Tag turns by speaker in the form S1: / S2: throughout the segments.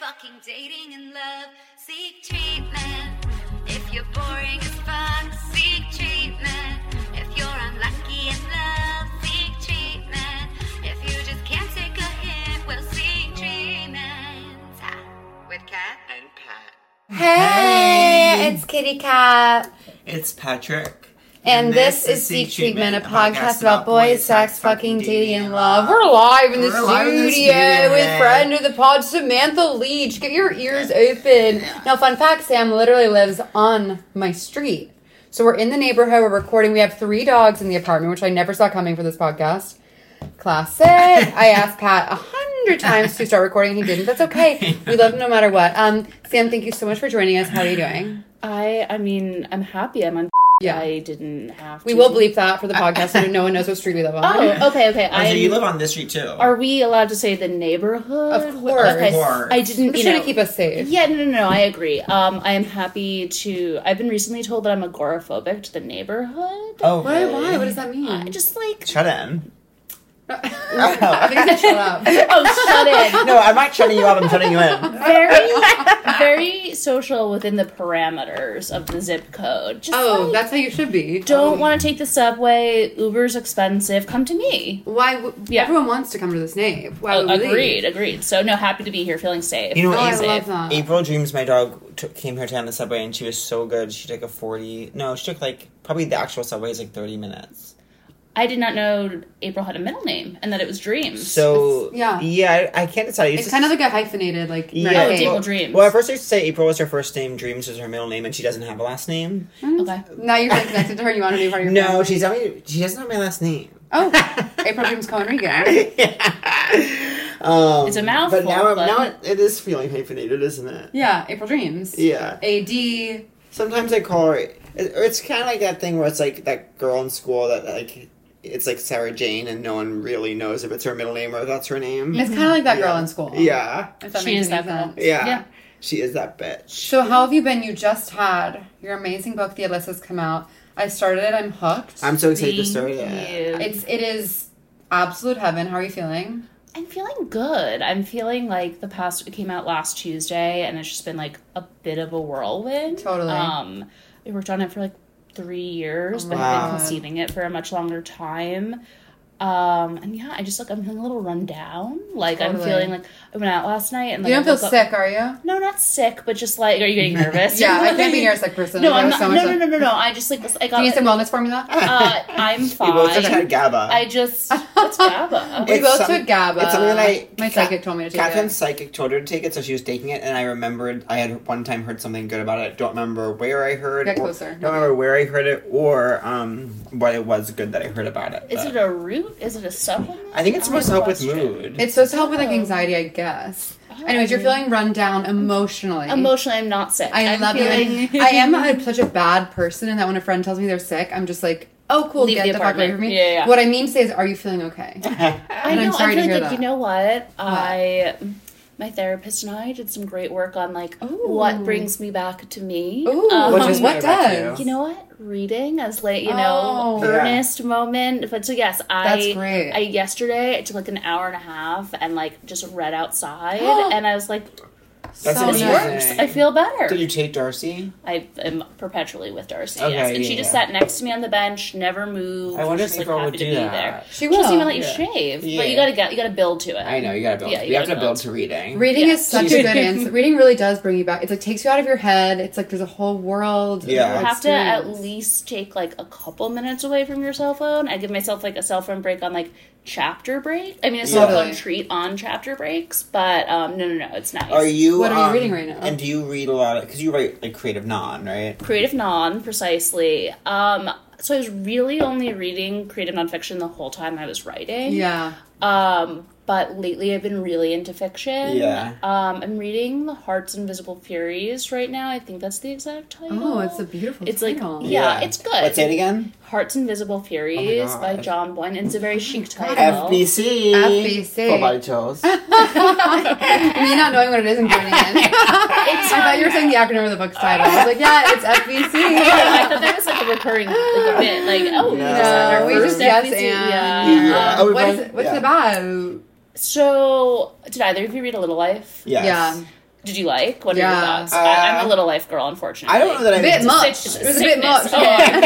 S1: fucking dating in love. Seek treatment. If you're boring as fuck, seek treatment. If you're unlucky in love, seek treatment. If you just can't take a hint, well, seek treatment. Ah, With cat.
S2: and Pat.
S3: Hey, it's Kitty Cat.
S2: It's Patrick.
S3: And this is Seek Treatment, a podcast about boys, sex, fucking, dating, and love. We're live in the
S2: We're live in the
S3: studio with
S2: studio.
S3: friend of the pod, Samantha Leach. Get your ears open. Now, fun fact Sam literally lives on my street. So we're in the neighborhood, we're recording. We have three dogs in the apartment, which I never saw coming for this podcast. Classic. I asked Pat a hundred times to start recording, and he didn't. That's okay. We love him no matter what. Um, Sam, thank you so much for joining us. How are you doing?
S4: I I mean, I'm happy I'm on.
S3: Yeah.
S4: I didn't have.
S3: We
S4: to
S3: will
S4: do-
S3: bleep that for the podcast so no one knows what street we live on.
S4: Oh, okay, okay.
S2: Oh, so you
S4: I
S2: live on this street too.
S4: are we allowed to say the neighborhood?
S3: Of course.
S4: Okay.
S2: Of course.
S4: I didn't.
S3: We're
S4: you
S3: trying
S4: know-
S3: to keep us safe.
S4: Yeah, no, no, no. I agree. Um, I am happy to. I've been recently told that I'm agoraphobic to the neighborhood.
S2: oh,
S3: Why?
S2: really?
S3: Why? What does that mean?
S4: I just like.
S2: Shut in.
S3: I think I shut up.
S4: Oh, shut in.
S2: No, I'm not shutting you out. I'm shutting you in.
S4: Very, very social within the parameters of the zip code. Just
S3: Oh,
S4: like,
S3: that's um how you should be.
S4: don't want to take the subway. Uber's expensive. Come to me.
S3: Why? W-
S4: Yeah.
S3: Everyone wants to come to this nave. Why would we leave?
S4: Oh, agreed, agreed. So no, happy to be here, feeling safe.
S2: You know,
S3: Oh, I
S2: April,
S3: love that.
S2: April Dreams, my dog, took, came here today on the subway, and she was so good. She took a 40. No, she took like probably the actual subway is like 30 minutes.
S4: I did not know April had a middle name and that it was Dreams.
S2: So
S3: It's- yeah.
S2: yeah, I, I can't decide.
S3: It's kind of like a hyphenated, like
S2: yeah.
S4: Oh,
S3: Medicaid.
S4: April
S2: well,
S4: Dreams.
S2: Well, at first I used to say April was her first name, Dreams was her middle name, and she doesn't have a last name.
S4: okay,
S3: Now you're really connected to her. You want to be part of your
S2: No,
S3: family.
S2: she's not. She doesn't have my last name.
S3: Oh, April James Conrigan.
S2: Um,
S4: It's a mouthful,
S2: But now, I'm,
S4: but-
S2: now it, it is feeling hyphenated, isn't it?
S3: Yeah, April Dreams.
S2: Yeah.
S3: A D.
S2: Sometimes I call her. it- It's kind of like that thing where it's like that girl in school that like it's like Sarah Jane, and no one really knows if it's her middle name or if that's her name.
S3: It's kind of like that girl
S2: Yeah.
S3: in school.
S2: Yeah.
S3: If that
S4: She
S3: makes
S4: is
S3: any
S4: that girl.
S3: sense.
S2: Yeah.
S4: Yeah.
S2: She is that bitch.
S3: So how have you been? You just had your amazing book, The Alyssa's, come out. I started it. I'm hooked.
S2: I'm so excited to
S4: Thank
S2: start it.
S4: you.
S3: It's it is absolute heaven. How are you feeling?
S4: I'm feeling good. I'm feeling like the past it came out last Tuesday, and it's just been like a bit of a whirlwind.
S3: Totally.
S4: Um, I worked on it for like three years, but
S2: Wow.
S4: I've been conceiving it for a much longer time. Um, and yeah, I just like I'm feeling a little run down. Like
S3: Totally.
S4: I'm feeling like I went out last night and like
S3: you don't
S4: I
S3: feel
S4: woke up-
S3: sick, are you?
S4: No, not sick, but just like are you getting nervous?
S3: Yeah, I can't be near a sick person.
S4: No,
S3: Like,
S4: I'm
S3: I was
S4: not.
S3: so
S4: no,
S3: much
S4: no,
S3: like-
S4: no, no, no. I just like listen, I
S3: Do you need
S4: got.
S3: some wellness formula?
S4: Uh, I'm
S2: We both just had
S4: fine.
S2: GABA.
S4: I just what's GABA?
S3: we
S2: it's
S3: both
S2: some-
S3: took GABA.
S2: it's something that I-
S3: My psychic told me to take
S2: Catherine's
S3: it.
S2: psychic told her to take it, so she was taking it, and I remembered I had one time heard something good about it. Don't remember where I heard.
S3: Get
S2: or-
S3: closer.
S2: Don't remember where I heard it or um, what it was good that I heard about it.
S4: Is
S2: but-
S4: it a root? Is it a supplement?
S2: I think it's supposed to help with
S4: Question.
S2: mood.
S3: It's supposed to help with like anxiety, I guess.
S4: Oh,
S3: Anyways, you're feeling run down emotionally.
S4: Emotionally, I'm not sick.
S3: I
S4: I'm
S3: love
S4: feeling-
S3: you. I am a, such a bad person, and that when a friend tells me they're sick, I'm just like, oh, cool,
S4: Leave
S3: get
S4: the
S3: the fuck away
S4: apartment.
S3: from me.
S4: Yeah, yeah. Um,
S3: What I mean to say is, are you feeling okay?
S4: I
S3: And
S4: know.
S3: I'm
S4: I'm,
S3: sorry to
S4: feeling
S3: hear
S4: like
S3: that.
S4: you know what? I my therapist and I did some great work on like
S3: Ooh.
S4: what brings me back to me.
S3: Ooh,
S4: Um,
S2: What brings me
S3: what
S2: back to
S3: does?
S4: you know what? Reading as like you know
S3: Oh.
S2: Yeah.
S4: earnest moment. But so yes, I
S3: That's great.
S4: I yesterday I took like an hour and a half and like just read outside and I was like,
S2: That's
S3: So
S4: this
S2: amazing.
S4: works. I feel better.
S2: Did you take Darcy?
S4: I am perpetually with Darcy.
S2: Okay,
S4: yes, and she
S2: yeah,
S4: just
S2: yeah.
S4: sat next to me on the bench, never moved.
S2: I wonder
S4: was
S2: if
S4: just, like,
S2: April
S4: happy
S2: would
S4: to
S2: do
S4: be
S2: that.
S4: there.
S3: She
S4: She
S3: will.
S4: doesn't even let you
S2: Yeah.
S4: shave,
S2: Yeah.
S4: but you gotta get you gotta build to it.
S2: I know you gotta build.
S4: Yeah,
S2: you
S4: you
S2: we have
S4: gotta
S2: to build
S4: build.
S2: to reading.
S3: Reading
S4: Yeah.
S3: is such a good answer. Reading really does bring you back. It's like takes you out of your head. It's like there's a whole world.
S2: Yeah.
S3: another
S4: You have to at
S3: experience.
S4: least take like a couple minutes away from your cell phone. I give myself like a cell phone break on like chapter break. I mean, a cell
S3: Totally.
S4: phone treat on chapter breaks, but um, no, no, no, it's nice.
S2: Are you?
S3: What are you
S2: um,
S3: reading right now?
S2: And do you read a lot of? Because you write like creative non, right?
S4: creative non precisely? Um, so I was really only reading creative nonfiction the whole time I was writing.
S3: Yeah.
S4: Um, but lately I've been really into fiction.
S2: Yeah.
S4: Um, I'm reading The Heart's Invisible Furies right now. I think that's the exact title.
S3: Oh, it's a beautiful.
S4: It's like-
S3: title.
S4: Yeah, it's good.
S2: Let's say it again.
S4: Heart's Invisible Furies
S2: God.
S4: by John Blunt. and It's a very chic title.
S2: FBC.
S3: FBC.
S2: Full body chills.
S3: me not knowing what it is and joining in. I thought you were saying the acronym of the book's title. I was like, yeah, it's FBC.
S4: I thought that was like a recurring like, bit. Like,
S2: No.
S4: oh, you just had
S3: No,
S4: our
S3: we
S4: first
S3: just yes
S4: FBC.
S3: and
S4: Yeah.
S2: Yeah.
S3: Um,
S2: Oh,
S3: what is
S2: right.
S3: it, what's
S2: Yeah.
S3: it about?
S4: So, did either of you read A Little Life?
S2: Yes.
S3: Yeah.
S4: Did you like? What are your
S3: Yeah.
S4: thoughts?
S2: Uh,
S4: I, I'm a little life girl, unfortunately.
S2: I don't know that I.
S3: A bit
S2: Would,
S4: a
S3: much.
S4: sick-
S3: It was a bit much.
S4: sickness. Oh,
S3: Yeah.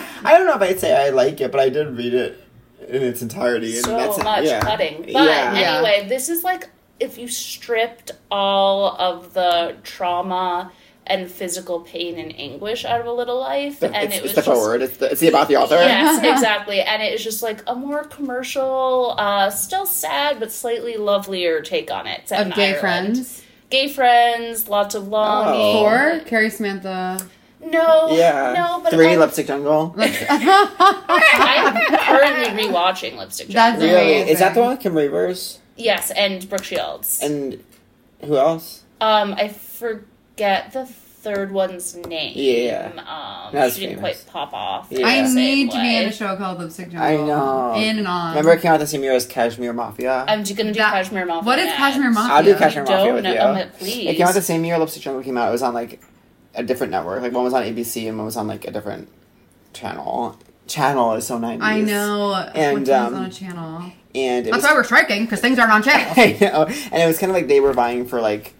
S4: okay.
S2: I don't know if I'd say I like it, but I did read it in its entirety. And
S4: so
S2: that's
S4: much
S2: yeah.
S4: cutting. But
S2: yeah.
S3: Yeah.
S4: anyway, this is like if you stripped all of the trauma and physical pain and anguish out of a little life,
S2: The-
S4: and
S2: it's,
S4: it was
S2: it's the
S4: just
S2: forward. It's, the, it's the about the author.
S4: Yes, exactly. And it is just like a more commercial, uh, still sad but slightly lovelier take on it. set
S3: Of
S4: in
S3: gay
S4: Ireland.
S3: friends.
S4: Gay friends, lots of longing.
S2: Oh.
S3: Four? Carrie Samantha.
S4: No.
S2: Yeah.
S4: No, but
S2: Three
S4: I,
S2: lipstick jungle.
S4: I'm currently rewatching Lipstick Jungle.
S3: That's
S2: Really?
S3: amazing.
S2: Is that the one with Kim Reavers
S4: Yes, and Brooke Shields.
S2: and who else?
S4: Um, I forget the third one's name.
S2: Yeah.
S4: Um,
S2: That's
S4: she didn't
S2: famous.
S4: quite pop off.
S2: Yeah.
S3: I
S4: the same
S3: need to be in
S4: way.
S3: a show called Lipstick Jungle.
S2: I know.
S3: In and um, on.
S2: Remember, it came out the same year as Cashmere Mafia.
S4: I'm just gonna do
S3: That-
S4: Cashmere Mafia.
S3: What is
S4: next.
S3: Cashmere Mafia?
S2: I'll do
S3: I
S2: Cashmere Mafia
S4: don't
S2: with
S4: know-
S2: you.
S4: um, please.
S2: It came out the same year Lipstick Jungle came out. It was on like a different network. Like one was on ABC and one was on like a different channel. Channel is so 90s.
S3: I know.
S2: And,
S3: Which one's
S2: um,
S3: on a channel.
S2: And it
S3: That's
S2: was,
S3: why we're striking because things aren't on channel.
S2: I know. And it was kind of like they were vying for like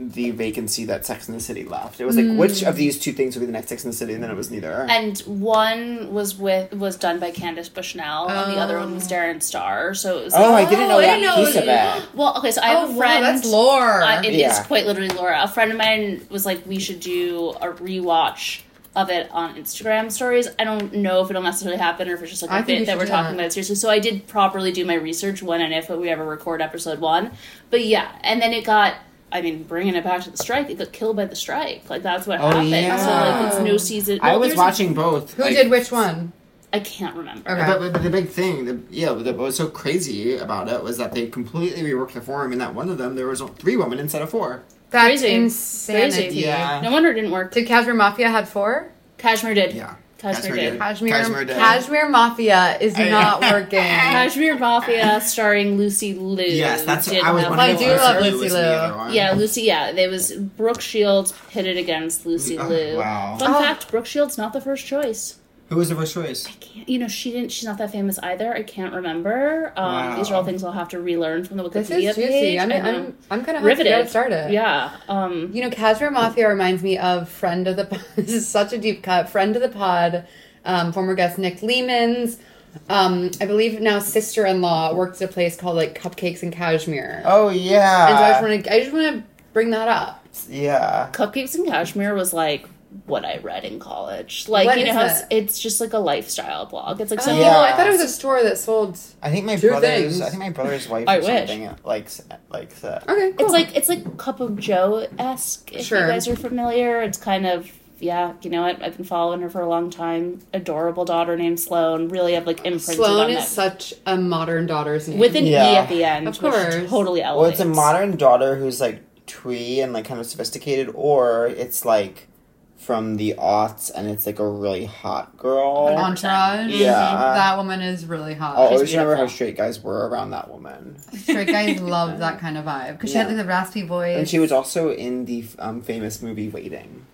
S2: the vacancy that Sex in the City left. It was like
S3: Mm.
S2: which of these two things would be the next Sex in the City, and then it was neither.
S4: And one was with was done by Candice Bushnell, and the other one was Darren Starr. So it was.
S2: oh,
S4: like,
S2: I didn't
S3: Oh,
S2: know
S3: I
S2: that
S3: didn't know
S2: piece of
S3: that.
S2: that.
S4: well, okay. So I have
S3: oh,
S4: a
S3: wow,
S4: friend.
S3: that's lore.
S4: Uh, it is
S2: Yeah.
S4: quite literally Laura. A friend of mine was like, we should do a rewatch of it on Instagram stories. I don't know if it'll necessarily happen or if it's just like a
S3: I think we
S4: bit
S3: should
S4: that we're
S3: do
S4: talking
S3: that.
S4: about seriously. So I did properly do my research when and if we ever record episode one. But yeah, and then it got. I mean, bringing it back to the strike, it got killed by the strike. Like that's what
S2: Oh,
S4: happened. So
S2: yeah.
S4: like, it's no season.
S2: I
S4: well,
S2: was
S4: there's-
S2: watching both.
S3: Who
S2: like-
S3: did which one?
S4: I can't remember.
S3: Okay.
S2: But, but the big thing, the, yeah, that was so crazy about it was that they completely reworked the forum, and that one of them there was three women instead of four.
S3: That's
S4: Crazy.
S3: insanity.
S4: Crazy.
S2: Yeah.
S4: No wonder it didn't work.
S3: Did Cashmere Mafia had four?
S4: Cashmere did.
S2: Yeah,
S4: Cashmere did.
S3: Cashmere,
S2: Cashmere did.
S3: Cashmere Mafia is
S2: I-
S3: not working.
S4: Cashmere Mafia, starring Lucy Liu.
S2: Yes, that's
S4: did
S2: what I was
S4: have-
S2: wondering.
S3: I do
S2: if
S3: love
S2: Lucy
S3: Lucy
S2: was the other
S3: Liu.
S2: one.
S4: Yeah, Lucy. Yeah, there was Brooke Shields pitted against Lucy
S2: Oh,
S4: Liu.
S2: wow.
S4: Fun
S3: Oh.
S4: fact: Brooke Shields not the first choice.
S2: Who was the first choice?
S4: Can't, you know, she didn't. She's not that famous either. I can't remember. Um,
S2: Wow.
S4: These are all things I'll have to relearn from the Wikipedia
S3: This is
S4: page.
S3: juicy. I'm,
S4: I know.
S3: I'm, I'm kind of riveted.
S4: riveted.
S3: How it started.
S4: Yeah. Um,
S3: You know, Kazra Mafia reminds me of friend of the. pod- This is such a deep cut. Friend of the pod, um, former guest Nick Lehman's. Um, I believe now sister-in-law works at a place called like Cupcakes and Cashmere.
S2: Oh
S3: and so I just
S2: yeah,
S3: want to. I just want to bring that up.
S2: yeah.
S4: Cupcakes and Cashmere was like what I read in college. Like
S3: What
S4: you know,
S3: is
S4: how
S3: it?
S4: s- it's just like a lifestyle blog. It's like
S3: oh,
S4: some
S2: Yeah.
S3: I thought it was a store that sold.
S2: I think my
S3: Two
S2: brother's.
S3: things.
S2: I think my brother's wife
S4: I
S2: or
S4: wish.
S2: something likes likes that.
S3: Okay, cool.
S4: It's like it's like Cup of Joe esque. If
S3: Sure.
S4: you guys are familiar, it's kind of yeah. You know what? I've been following her for a long time. Adorable daughter named Sloane. Really have like imprinted
S3: Sloan
S4: on
S3: is
S4: that
S3: such a modern daughter's name.
S4: with an E
S2: Yeah.
S4: at the end,
S3: Of
S4: which
S3: course.
S4: totally
S2: Well, it's
S4: elevates.
S2: a modern daughter who's like twee and like kind of sophisticated, or it's like from the aughts and it's like a really hot girl.
S4: Hundred
S3: entourage.
S2: Yeah. Oh.
S3: that woman is really hot.
S2: I
S4: She's
S2: always remember how
S4: beautiful.
S2: straight guys were around that woman.
S3: Straight guys love that kind of vibe because she had
S2: Yeah.
S3: like the raspy voice.
S2: And she was also in the um, famous movie Waiting.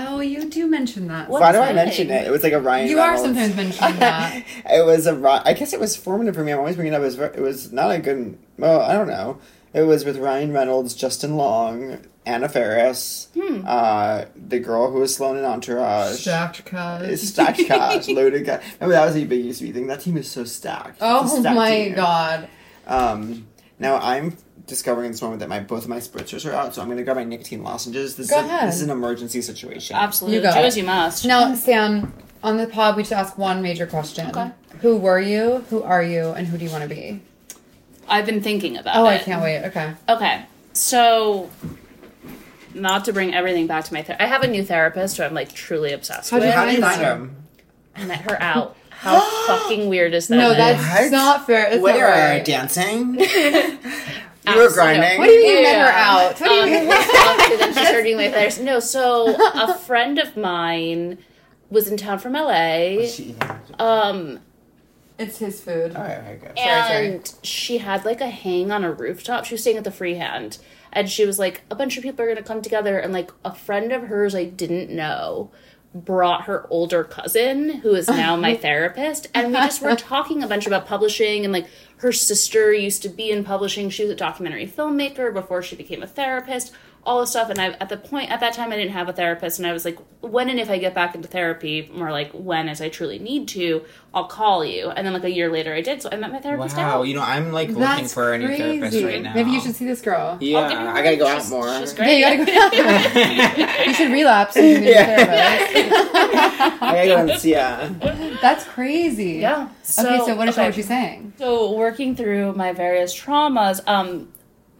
S3: oh, you do mention that.
S4: What
S2: Why do
S4: is
S2: I mention
S4: Waiting?
S2: it? It was like a Ryan.
S3: You are
S2: Reynolds-
S3: sometimes mentioning that.
S2: it was a. Ri- I guess it was formative for me. I'm always bringing it up. It was, ver- it was not a good. Well, I don't know. It was with Ryan Reynolds, Justin Long, Anna Faris,
S3: Hmm.
S2: uh, the girl who was Sloan in Entourage.
S3: Stacked cuz.
S2: Stacked cash, loaded cash. Remember that was a big used to be thing. That team is so stacked. It's a
S3: Oh
S2: stacked
S3: my
S2: team.
S3: god.
S2: Um, now I'm discovering in this moment that my both of my spritzers are out, so I'm going to grab my nicotine lozenges. This
S3: Go
S2: is a,
S3: ahead.
S2: this is an emergency situation.
S4: Absolutely,
S3: You
S4: do
S3: got
S4: as
S3: it.
S4: you must.
S3: Now, Sam, on the pod, we just ask one major question.
S4: Okay.
S3: Who were you? Who are you? And who do you want to be?
S4: I've been thinking about it.
S3: Oh, I can't wait. Okay.
S4: Okay, so not to bring everything back to my. Ther- I have a new therapist who I'm like truly obsessed
S3: How'd
S4: with.
S3: you-
S2: How do you
S3: Nice.
S2: find him?
S4: I met her out. How fucking weird is that?
S3: No, that's
S2: What?
S3: not fair. It's
S2: Where
S3: not right.
S2: dancing? you were grinding.
S3: What do you mean you
S4: Yeah.
S3: met her out? What do you
S4: Um,
S3: mean?
S4: obviously then she started doing my feathers. No, so a friend of mine was in town from LA.
S2: She-
S3: Uh,
S4: Um
S3: It's his food.
S2: All right, all right, good.
S3: sorry.
S4: and she had like a hang on a rooftop. She was staying at the freehand. And she was like, a bunch of people are gonna come together and like a friend of hers I didn't know brought her older cousin who is now my therapist and we just were talking a bunch about publishing and like Her sister used to be in publishing. She was a documentary filmmaker before she became a therapist. All this stuff, and I at the point at that time I didn't have a therapist, and I was like, when and if I get back into therapy, more like when as I truly need to, I'll call you. And then like a year later, I did, so I met my therapist.
S5: Wow,
S4: out.
S5: you know, I'm like looking
S3: That's
S5: for a new
S3: crazy.
S5: therapist right now.
S3: Maybe you should see this girl.
S5: Yeah,
S4: give you
S5: I
S4: one.
S5: gotta go out
S4: She's-
S5: more.
S4: she's
S3: Yeah,
S4: great.
S3: you gotta go. you should relapse. And you need a
S2: Yeah.
S3: therapist.
S2: I gotta go and see. Yeah.
S3: That's crazy.
S4: Yeah.
S3: okay, so what is
S4: okay.
S3: what you saying?
S4: So working through my various traumas, um,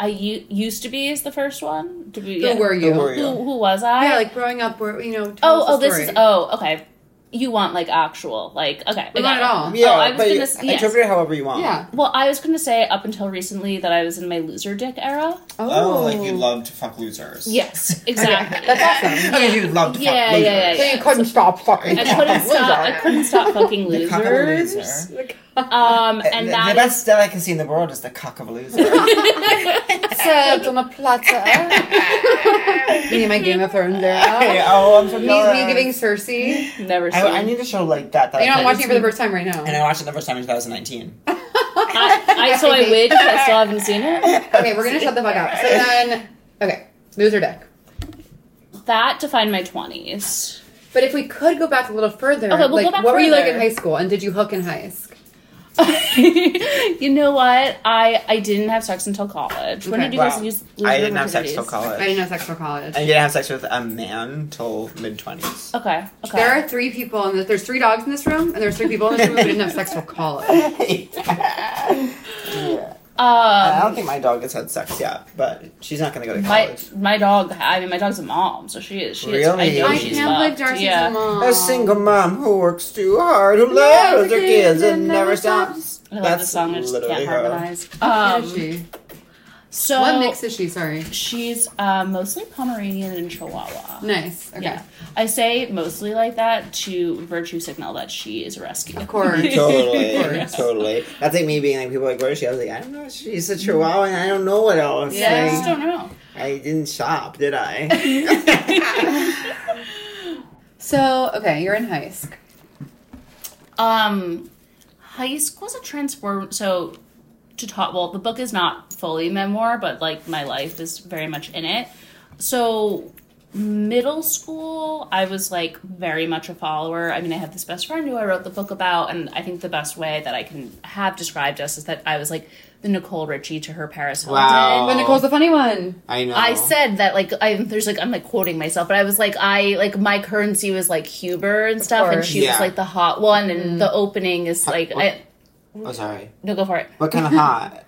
S4: I u- used to be is the first one. Did we, yeah.
S3: Who were you?
S2: Who were you?
S4: Who, who was I?
S3: Yeah, like growing up, where you know. Tell
S4: oh,
S3: us a
S4: oh, this is
S3: story.
S4: oh, okay. You want like actual, like okay,
S3: We
S4: I got
S3: want it
S4: it.
S3: all.
S2: Yeah,
S4: Oh, I was
S2: but
S4: gonna s- yes.
S2: interpret it however you
S4: oh.
S2: want.
S3: Yeah.
S4: Well, I was gonna say up until recently that I was in my loser dick era.
S2: Oh, like you love to fuck losers.
S4: Yes, exactly.
S3: That's awesome.
S2: Okay, you love to
S4: Yeah,
S2: fuck losers.
S4: yeah, yeah,
S3: So you couldn't stop fucking.
S4: I couldn't stop. I couldn't stop fucking
S2: The cock of a
S4: losers.
S2: loser.
S4: Um,
S2: The-
S4: and
S2: the
S4: that is
S2: best delicacy in the world is the cock of a loser.
S3: Served on a platter. Me and my Game of Thrones
S2: Hey,
S3: era.
S2: oh, I'm so
S3: Me,
S2: jealous.
S3: me giving Cersei.
S4: never seen.
S2: I, I need a show like that. that
S3: You know,
S2: I
S3: I'm
S2: can-
S3: watching it for the first time right now.
S2: And I watched it the first time in 2019.
S4: I, I, so I wish I still haven't seen it.
S3: Okay, we're gonna shut the fuck up. So then, okay, loser deck.
S4: That defined my twenties.
S3: But if we could go back a little further,
S4: Okay, we'll
S3: like,
S4: go back
S3: what were you like in
S4: further.
S3: high school, and did you hook in heist?
S4: you know what? I I didn't have sex until college. When
S3: Okay.
S4: did you
S2: Wow.
S4: guys use? lose
S2: I
S4: your
S2: didn't have sex till
S4: virginities?
S3: I
S2: college.
S3: didn't have sex for college.
S2: I didn't have sex with a man till mid 20s.
S4: Okay. Okay.
S3: There are three people in this. There's three dogs in this room, and there's three people in this room who didn't have sex till college.
S2: yeah. I
S4: um,
S2: don't think my dog has had sex yet, but she's not going to go to
S4: my
S2: college.
S4: my dog. I mean, my dog's a mom, so she is. She is. I
S2: Really?
S4: know
S2: I
S4: she's
S2: can't
S4: loved. yeah.
S3: mom.
S2: a single mom who works too hard, who loves her kids and never stops.
S4: I love the song. I just can't
S2: her.
S4: harmonize.
S3: What is
S4: Um,
S3: she?
S4: so
S3: what mix is she? Sorry.
S4: she's uh, mostly Pomeranian and Chihuahua.
S3: Nice. Okay.
S4: Yeah, I say mostly like that to virtue signal that she is a rescue.
S3: Of course.
S2: Totally,
S3: Yes.
S2: totally. That's like me being like, people are like, where is she? I was like, I don't know. She's a chihuahua and I don't know what else.
S4: Yeah, I
S3: Yeah.
S4: just don't know.
S2: Like, I didn't shop, did I?
S3: So okay, you're in heist.
S4: Um, high school's a transform. So to talk, well, the book is not fully memoir, but like my life is very much in it. So middle school, I was like very much a follower. I mean, I had this best friend who I wrote the book about, and I think the best way that I can have described us is that I was like the Nicole Richie to her Paris Hilton.
S2: Wow.
S3: But Nicole's the funny one.
S2: I know.
S4: I said that like I there's like I'm like quoting myself, but I was like I like my currency was like Huber and stuff, and
S3: course.
S4: she
S2: Yeah.
S4: was like the hot one, and the opening is like I,
S2: Oh, sorry.
S4: no go for it.
S2: What kind of hot?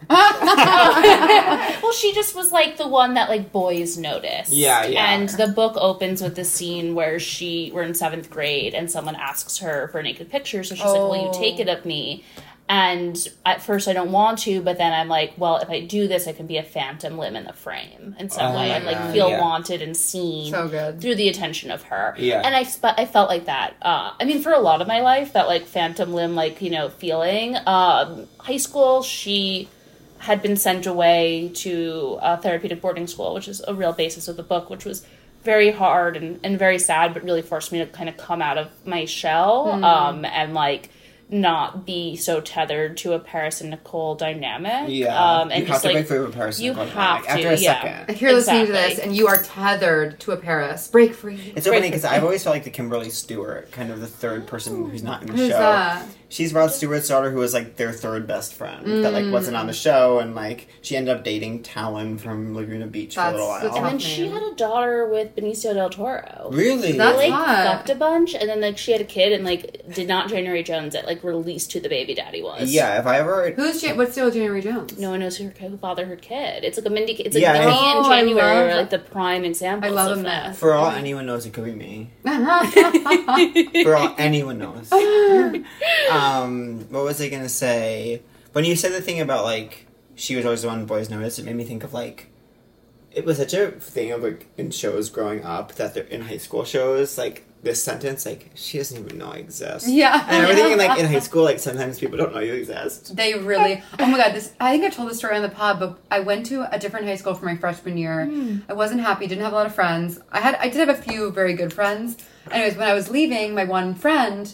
S4: Well, she just was like the one that like boys noticed.
S2: Yeah, yeah.
S4: And the book opens with this scene where she we're in seventh grade, and someone asks her for a naked picture, so she's like, "Will you
S3: Oh.
S4: take it of me?" And at first, I don't want to, but then I'm like, "Well, if I do this, I can be a phantom limb in the frame in some
S2: Oh
S4: way,
S2: my
S4: and
S2: God,
S4: like feel
S2: yeah.
S4: wanted and seen."
S3: So good.
S4: through the attention of her.
S2: Yeah.
S4: And I sp- I felt like that. Uh, I mean, for a lot of my life, that like phantom limb, like you know, feeling. Um, high school, she had been sent away to a therapeutic boarding school, which is a real basis of the book, which was very hard and, and very sad, but really forced me to kind of come out of my shell um, and like not be so tethered to a Paris and Nicole dynamic.
S2: Yeah.
S4: Um, and
S2: you have
S4: just
S2: to break
S4: like
S2: free with a person.
S4: you
S2: going on,
S4: have
S2: like,
S4: to,
S2: After a
S4: yeah.
S2: second.
S3: If you're listening to
S4: Exactly.
S3: this and you are tethered to a Paris, break free.
S2: It's so funny
S4: Break
S2: because I've always felt like the Kimberly Stewart, kind of the third person who's not in the
S3: Who's
S2: show.
S3: that?
S2: She's Rod Stewart's daughter, who was like their third best friend that
S3: Mm.
S2: like wasn't on the show, and like she ended up dating Talon from Laguna Beach for a
S3: That's
S2: little
S3: the
S2: while.
S4: And then she
S3: Name.
S4: had a daughter with Benicio del Toro.
S2: Really?
S3: That's
S4: like
S3: hot.
S4: fucked a bunch, and then like she had a kid, and like did not January Jones it like released who the baby daddy was.
S2: yeah. If I ever,
S3: Who's Jan- what's still with January Jones?
S4: no one knows who her who fathered her kid. It's like a Mindy. It's like
S2: Yeah,
S4: Mindy
S3: I-
S4: and
S3: Oh, I
S4: January
S3: love-
S4: are like the prime examples.
S3: I love
S4: of
S3: a
S4: that.
S3: mess.
S2: for all anyone knows, it could be me.
S3: That's
S2: For all anyone knows. um, what was I gonna say? When you said the thing about like she was always the one boys noticed, it made me think of like it was such a thing of like in shows growing up that they're in high school shows like this sentence like she doesn't even know I exist.
S3: Yeah.
S2: and everything like in high school like sometimes people don't know you exist.
S3: They really. Oh my god! This. I think I told this story on the pod, but I went to a different high school for my freshman year. I wasn't happy. Didn't have a lot of friends. I had. I did have a few very good friends. Anyways, when I was leaving, my one friend,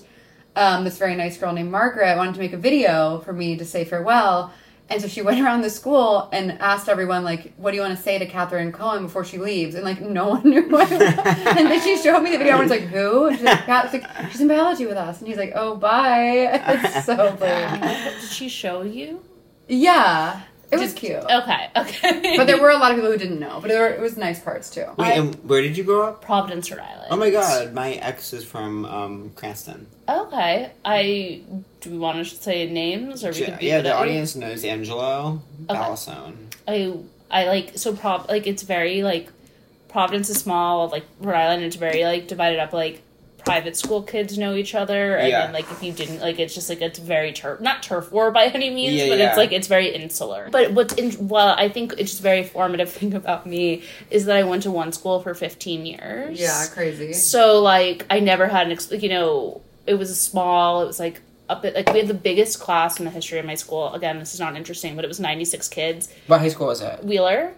S3: um, this very nice girl named Margaret, wanted to make a video for me to say farewell. And so she went around the school and asked everyone, like, what do you want to say to Catherine Cohen before she leaves? And, like, no one knew. What it was. and then she showed me the video. Everyone's like, who? And she's like, Cat- she's like, she's in biology with us. And he's like, oh, bye. It's so weird.
S4: Did she show you?
S3: Yeah. It was cute.
S4: Okay, okay.
S3: But there were a lot of people who didn't know. But there were, it was nice parts, too.
S2: Wait,
S4: I-
S2: and where did you grow up?
S4: Providence, Rhode Island.
S2: Oh my god, my ex is from um, Cranston.
S4: Okay. I do we want to say names or we
S2: She-
S4: could beep
S2: yeah,
S4: it
S2: the
S4: out?
S2: audience knows Angelo
S4: Okay.
S2: Balisone.
S4: I I like so prov like it's very like Providence is small, like Rhode Island it's very like divided up like private school kids know each other and
S2: Yeah.
S4: then like if you didn't like it's just like it's very turf not turf war by any means
S2: Yeah,
S4: but it's
S2: yeah.
S4: like it's very insular but what's in well i think it's just very formative thing about me is that i went to one school for 15 years
S3: Yeah, crazy.
S4: so like I never had an ex- like, you know it was a small it was like up at like we had the biggest class in the history of my school again this is not interesting but it was 96 kids
S2: What high school was it?
S4: Wheeler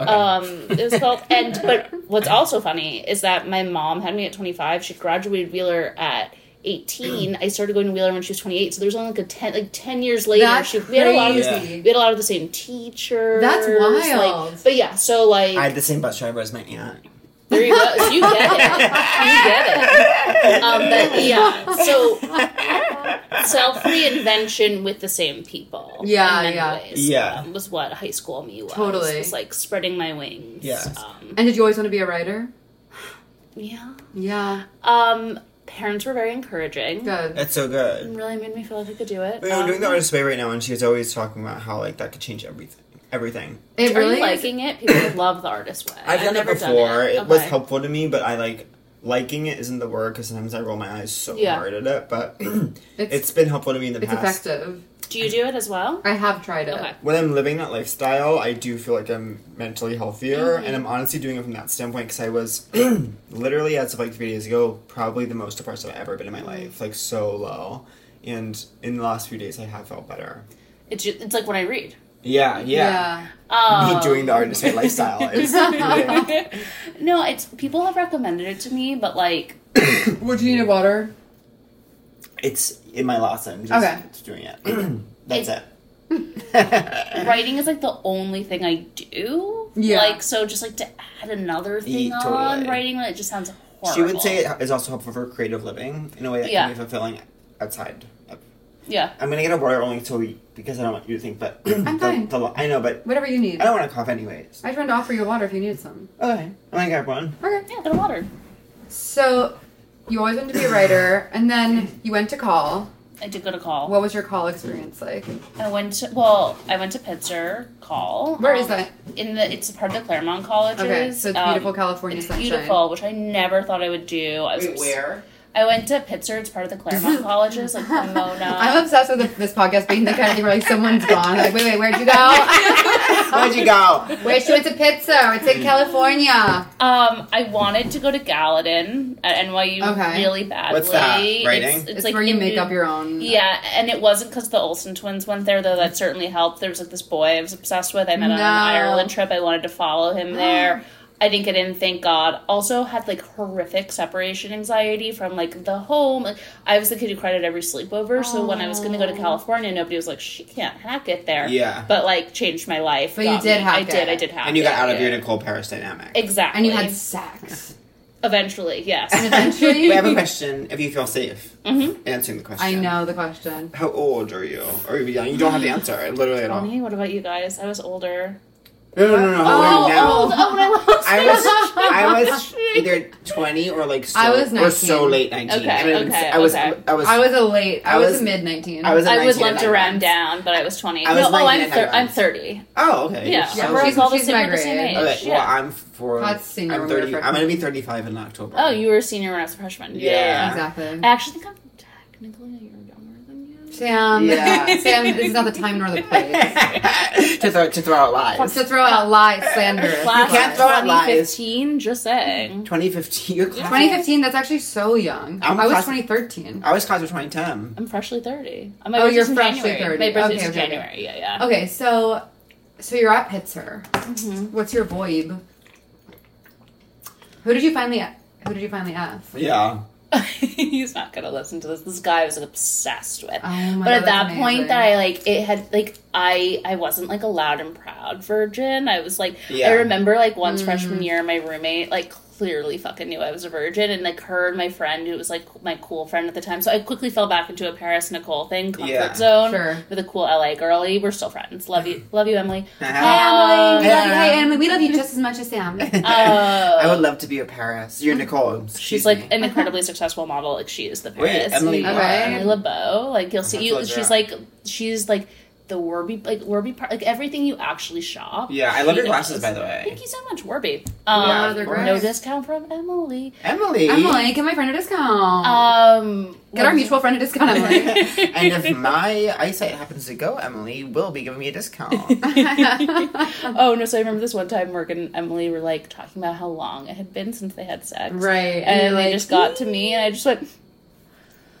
S2: Okay.
S4: um it was called and but what's also funny is that my mom had me at 25 she graduated Wheeler at 18 I started going to Wheeler when she was 28 so there's only like a 10 like 10 years later
S3: That's
S4: she, we had a lot of the
S2: Yeah.
S3: crazy.
S4: we had a lot of the same teachers
S3: That's
S4: like-
S3: wild.
S4: but yeah so like
S2: I had the same bus driver as my aunt.
S4: there you go. So You get it. You get it. Um, but yeah, so self reinvention with the same people.
S3: Yeah,
S4: in many
S3: yeah.
S4: ways,
S2: Yeah.
S4: um, was what high school me was.
S3: Totally.
S4: was like spreading my wings.
S2: Yes.
S4: Um,
S3: And did you always want to be a writer?
S4: yeah.
S3: Yeah.
S4: Um, parents were very encouraging.
S3: Good.
S2: That's so good.
S4: It really made me feel like I could do it.
S2: We were
S4: Um,
S2: doing the artist way right now, and she was always talking about how like that could change everything. Everything.
S3: It
S4: Are you
S3: really is-
S4: liking it? People love the artist way.
S2: I've done it
S4: never
S2: before. it. was
S4: Okay.
S2: helpful to me, but I like liking it isn't the word because sometimes I roll my eyes so
S4: Yeah.
S2: hard at it. But
S3: It's-
S2: it's been helpful to me in the
S3: It's
S2: past.
S3: effective.
S4: Do you do it as well?
S3: I have tried it.
S4: Okay.
S2: When I'm living that lifestyle, I do feel like I'm mentally healthier,
S4: Mm-hmm.
S2: and I'm honestly doing it from that standpoint because I was literally as of like three days ago probably the most depressed I've ever been in
S4: Mm-hmm.
S2: my life, like so low. And in the last few days, I have felt better.
S4: It's ju- it's like when I read.
S2: Yeah, yeah.
S3: Yeah.
S4: Um,
S2: Me doing the artist way lifestyle is.
S4: no, it's people have recommended it to me, but like
S3: Would you need a water?
S2: It's in my lesson. Just
S3: Okay.
S2: doing it. That's
S4: It-
S2: it.
S4: writing is like the only thing I do.
S3: Yeah.
S4: Like so, just like to add another thing
S2: Yeah,
S4: on
S2: totally.
S4: writing, it just sounds horrible.
S2: She would say it is also helpful for creative living in a way that
S4: Yeah.
S2: can be fulfilling outside. of-
S4: yeah.
S2: I'm gonna get a water only until we, because I don't want you to think, but I'm
S3: fine.
S2: I know, but
S3: Whatever you need.
S2: I don't want to cough anyways.
S3: I tried to offer you water if you needed some.
S2: Okay, I'm gonna grab one.
S3: Okay.
S4: Yeah, they're water.
S3: So, you always wanted to be a writer, and then you went to call.
S4: I did go to call.
S3: What was your call experience like?
S4: I went to well, I went to Pitzer Call.
S3: Where is
S4: um,
S3: that?
S4: In the it's a part of the Claremont Colleges.
S3: Okay, so it's
S4: Um,
S3: beautiful California
S4: It's
S3: sunshine.
S4: beautiful, which I never thought I would do. I was obs- I went to Pitzer. It's part of the Claremont Colleges, like Pomona.
S3: I'm obsessed with this podcast being the kind of thing where like someone's gone. Like, wait, wait, where'd you go?
S2: Where'd you go?
S3: where she went to pizza? It's in California.
S4: Um, I wanted to go to Gallatin at NYU
S3: Okay.
S4: really badly.
S2: What's that? Writing?
S4: It's, it's
S3: It's,
S4: like
S3: where you
S4: in-
S3: make up your own.
S4: Yeah, and it wasn't because the Olsen twins went there, though. That certainly helped. There was like this boy I was obsessed with. I met on
S3: No.
S4: an Ireland trip. I wanted to follow him there. I didn't get in, thank God. Also had like horrific separation anxiety from like the home. Like, I was the kid who cried at every sleepover. So when I was going to go to California, nobody was like, "She can't hack it there."
S2: Yeah.
S4: but like changed my life.
S3: But you
S4: got
S3: did
S4: me-
S3: hack
S4: I
S3: it.
S4: did. I did hack.
S2: And you got
S4: it,
S2: out of your
S4: yeah.
S2: Nicole Paris dynamic.
S4: exactly.
S3: And you had sex.
S4: eventually, yes.
S3: Eventually.
S2: We have a question. If you feel safe answering the question,
S3: I know the question.
S2: How old are you? Are you young? You don't have to answer literally at all. No,
S4: Bonnie, what about you guys? I was older.
S2: no, no, no. how old are you now?
S4: old. Oh, when I lost
S2: I was I was either twenty or like so,
S3: I was
S2: or so
S3: 19.
S2: late nineteen.
S4: Okay,
S2: I, don't even
S4: okay,
S2: say- I was
S4: okay.
S2: I was
S3: I was a late. I,
S2: I
S3: was,
S2: was-
S3: a mid 19.
S2: I was a
S4: I would
S2: 19
S4: love
S2: and
S4: to
S2: I
S4: round
S2: was-
S4: down, but I was 20.
S2: I was
S4: no, oh,
S2: 19
S4: I'm,
S2: and I
S4: thir- I'm
S2: was.
S4: 30.
S2: Oh, okay.
S4: Yeah.
S2: So-
S3: Yeah,
S4: we're
S3: she's-
S4: all the
S3: she's
S4: same,
S3: my
S4: we're the same
S3: grade.
S4: age.
S2: okay, well,
S4: yeah.
S2: I'm for
S3: Hot senior
S2: I'm
S3: when we were
S2: thirty. I'm
S3: freshmen.
S2: gonna be thirty five in October.
S4: oh, you were a senior when I was a freshman. Yeah.
S2: Yeah.
S3: Exactly.
S4: I actually think I'm technically a year younger than you.
S3: Sam,
S2: Yeah.
S3: Sam, this is not the time nor the place.
S2: to throw to throw out lies.
S3: to throw out lies, slander.
S4: Class
S2: can't throw out lies.
S4: 2015, just saying.
S2: Twenty fifteen. You're class.
S3: 2015, that's actually so young. i
S2: I'm
S3: was
S2: class-
S3: 2013.
S2: I was class of twenty ten.
S4: I'm freshly 30. Uh, My
S3: Oh,
S4: birthday's
S3: you're
S4: in
S3: freshly
S4: January.
S3: 30.
S4: My
S3: Okay,
S4: birthday's in
S3: okay, okay.
S4: January, yeah, yeah.
S3: Okay, so so you're at Pitzer.
S4: Mm-hmm.
S3: What's your void? Who did you finally who did you finally F?
S2: Yeah.
S4: he's not gonna listen to this. This guy I was obsessed with.
S3: Oh my
S4: but
S3: God,
S4: at that
S3: that's
S4: point
S3: amazing.
S4: that I like it had like I I wasn't like a loud and proud virgin. I was like
S2: Yeah.
S4: I remember like once freshman
S3: Mm.
S4: year my roommate like clearly fucking knew I was a virgin and like her and my friend who was like my cool friend at the time. So I quickly fell back into a Paris Nicole thing, comfort
S2: Yeah.
S4: zone
S3: Sure.
S4: with a cool LA girly. We're still friends. Love you love you, Emily.
S2: Uh,
S3: Hi, Emily. We love you.
S2: Yeah.
S3: Hey, Emily. We love you just as much as Sam.
S4: Uh,
S2: I would love to be your Paris. You're Nicole.
S4: She's
S2: excuse
S4: like
S2: me.
S4: an incredibly successful model. Like she is the
S2: Wait,
S4: Paris.
S2: Emily
S4: Yeah,
S3: Okay.
S4: Emily LeBeau. Like you'll see
S2: have to
S4: you.
S2: look her
S4: She's
S2: up.
S4: like she's like the Warby like Warby part like everything you actually shop.
S2: yeah, I love
S4: she
S2: your glasses,
S4: knows.
S2: by the way.
S4: Thank you so much,
S3: Yeah,
S4: Warby. Um,
S3: they're
S2: of course.
S4: no
S3: great.
S4: discount from Emily.
S2: Emily.
S3: Emily, give my friend a discount.
S4: Um,
S3: Get our mutual friend a discount, Emily.
S2: and if my eyesight happens to go, Emily will be giving me a discount.
S4: oh no! So I remember this one time Morgan and Emily were like talking about how long it had been since they had sex,
S3: right.
S4: And,
S3: you're
S4: they
S3: like,
S4: just got to me, and I just went,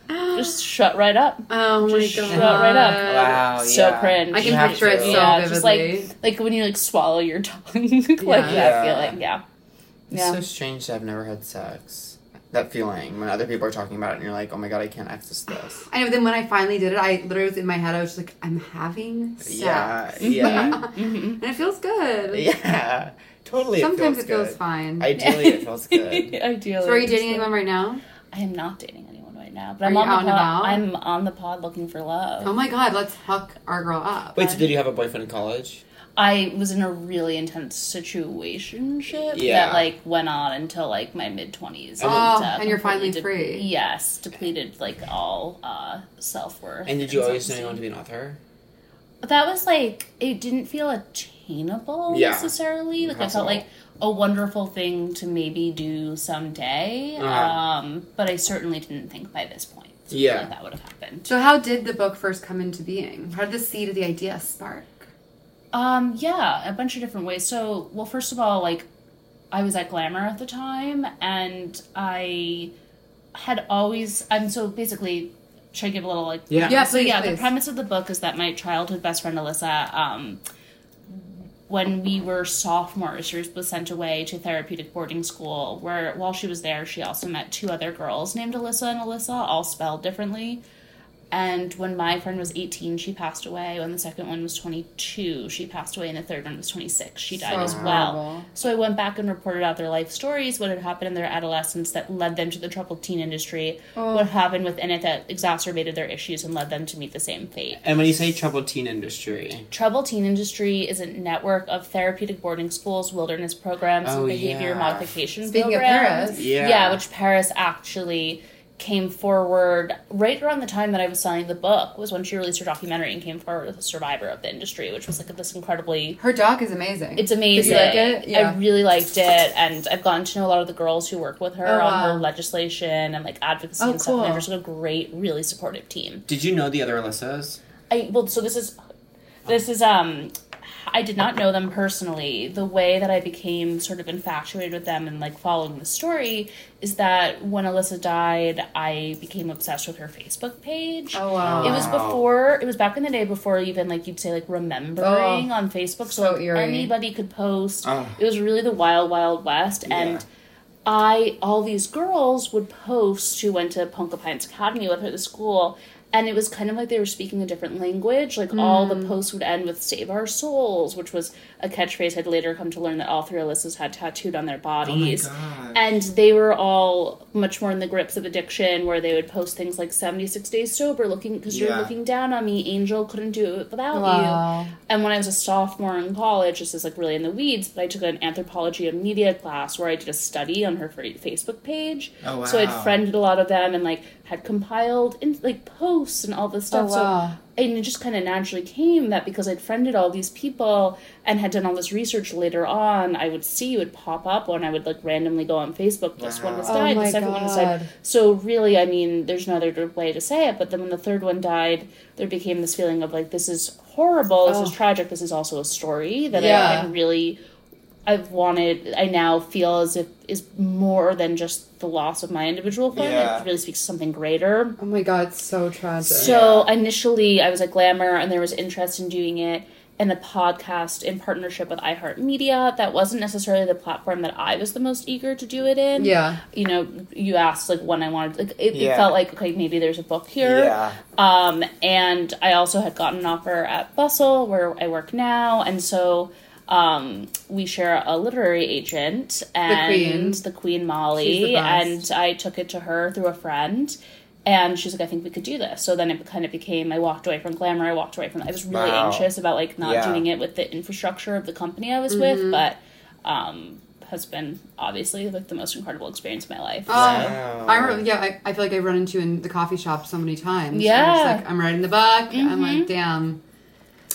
S4: just shut right up.
S3: Oh my god.
S4: just shut right up.
S2: wow.
S4: so
S2: yeah.
S4: cringe.
S3: I
S2: You
S3: can
S2: have
S3: picture it
S2: to.
S3: so
S4: yeah,
S3: vividly.
S4: just like like when you like swallow your tongue, like
S2: Yeah.
S4: that feeling. Yeah,
S2: It's
S4: yeah.
S2: so strange that I've never had sex. That feeling when other people are talking about it and you're like, oh my god, I can't access this.
S3: I know. Then when I finally did it, I literally was in my head. I was just like, I'm having sex.
S2: Yeah. Yeah.
S4: Mhm.
S3: and it feels good.
S2: yeah. Totally.
S3: Sometimes
S2: it
S3: it
S2: feels,
S3: feels fine.
S2: Ideally, it feels good.
S4: Ideally,
S3: so are you
S4: it's
S3: dating
S4: like-
S3: anyone right now?
S4: I am not dating anyone right now, but
S3: Are
S4: I'm
S3: you
S4: on the
S3: out and
S4: pod.
S3: about?
S4: I'm on the pod looking for love.
S3: Oh my god, let's hook our girl up.
S2: Wait, so did you have a boyfriend in college?
S4: I was in a really intense situationship
S2: Yeah.
S4: that like went on until like my mid twenties.
S3: Oh, and you're finally free.
S4: Yes, depleted like all uh, self worth.
S2: And did you always know you wanted to be an author?
S4: But that was like it didn't feel attainable
S2: Yeah.
S4: necessarily. Like
S2: Impossible.
S4: I felt like a wonderful thing to maybe do someday.
S2: Uh-huh.
S4: Um, but I certainly didn't think by this point
S2: Yeah.
S4: that, that would have happened.
S3: So how did the book first come into being? How did the seed of the idea spark?
S4: Um, yeah, a bunch of different ways. So, well, first of all, like I was at Glamour at the time, and I had always. I'm so basically. Should I give a little like
S2: Yeah.
S3: Yeah,
S4: so
S3: please,
S4: yeah,
S3: please.
S4: the premise of the book is that my childhood best friend Alyssa, um, when we were sophomores, she was sent away to therapeutic boarding school. Where while she was there, she also met two other girls named Alyssa and Alyssa, all spelled differently. And when my friend was 18, she passed away. When the second one was 22, she passed away. And the third one was 26. She died
S3: So
S4: as well.
S3: horrible.
S4: So I went back and reported out their life stories, what had happened in their adolescence that led them to the troubled teen industry,
S3: Oh.
S4: what happened within it that exacerbated their issues and led them to meet the same fate.
S2: And when you say troubled teen industry,
S4: Trouble Teen Industry is a network of therapeutic boarding schools, wilderness programs,
S2: Oh,
S4: and behavior
S2: yeah.
S4: modification
S3: Speaking of
S4: programs.
S3: Paris.
S2: Yeah.
S4: which Paris actually came forward right around the time that I was selling the book was when she released her documentary and came forward with a survivor of the industry, which was like this incredibly
S3: Her doc is amazing.
S4: it's amazing.
S3: Did you like it? Yeah.
S4: I really liked it, and I've gotten to know a lot of the girls who work with her
S3: Oh,
S4: on
S3: wow.
S4: her legislation and like advocacy
S3: Oh,
S4: and stuff. And
S3: cool.
S4: they're just like a great, really supportive team.
S2: did you know the other Alyssas?
S4: I well, so this is this is um I did not know them personally. The way that I became sort of infatuated with them and like following the story is that when Alyssa died, I became obsessed with her Facebook page.
S3: oh wow.
S4: It was
S2: Wow.
S4: before. It was back in the day before even like you'd say like remembering on Facebook, so,
S3: Oh, so
S4: like,
S3: eerie.
S4: anybody could post.
S2: Ugh.
S4: It was really the wild, wild west,
S2: Yeah.
S4: and I all these girls would post who went to Punkapines Academy with her to school. And it was kind of like they were speaking a different language. Like all
S2: Hmm.
S4: the posts would end with "Save Our Souls," which was a catchphrase. I'd later come to learn that all three Alyssas had tattooed on their bodies
S2: Oh god.
S4: and they were all much more in the grips of addiction where they would post things like 76 days sober looking because you're
S2: Yeah.
S4: looking down on me angel couldn't do it without you
S3: wow.
S4: and when i was a sophomore in college this is like really in the weeds but i took an anthropology and media class where i did a study on her fa- facebook page
S2: Oh, wow.
S4: so i'd friended a lot of them and like had compiled in, like posts and all this stuff
S3: Oh,
S4: so
S3: wow.
S4: and it just kind of naturally came that because I'd friended all these people and had done all this research later on, I would see it would pop up when I would like randomly go on Facebook. This one has
S2: Wow.
S3: Oh
S4: died,
S3: my
S4: the second one has
S3: God.
S4: died. So really, I mean, there's no other way to say it. But then when the third one died, there became this feeling of like this is horrible, this
S3: Oh.
S4: is tragic, this is also a story that
S3: Yeah.
S4: I, I really. I've wanted. I now feel as if is more than just the loss of my individual friend.
S2: Yeah.
S4: It really speaks to something greater.
S3: Oh my god, it's so tragic.
S4: So initially, I was at Glamour, and there was interest in doing it. and a podcast in partnership with iHeartMedia. That wasn't necessarily the platform that I was the most eager to do it in.
S3: Yeah.
S4: You know, you asked like when I wanted. Like it,
S2: Yeah.
S4: it felt like okay, maybe there's a book here.
S2: Yeah.
S4: Um, and I also had gotten an offer at Bustle, where I work now, and so um, we share a literary agent and
S3: queen.
S4: the Queen Molly,
S3: She's the best.
S4: and I took it to her through a friend. And she's like, I think we could do this. So then it kind of became. I walked away from glamour. I walked away from. I was really
S2: Wow.
S4: anxious about like not
S2: Yeah.
S4: doing it with the infrastructure of the company I was
S3: Mm-hmm.
S4: with, but um, has been obviously like the most incredible experience of my life.
S3: Oh,
S2: Wow.
S3: I remember, yeah, I, I feel like I've run into you in the coffee shop so many times.
S4: Yeah. Mm-hmm.
S3: I'm, just like, I'm riding the buck. I'm like, damn.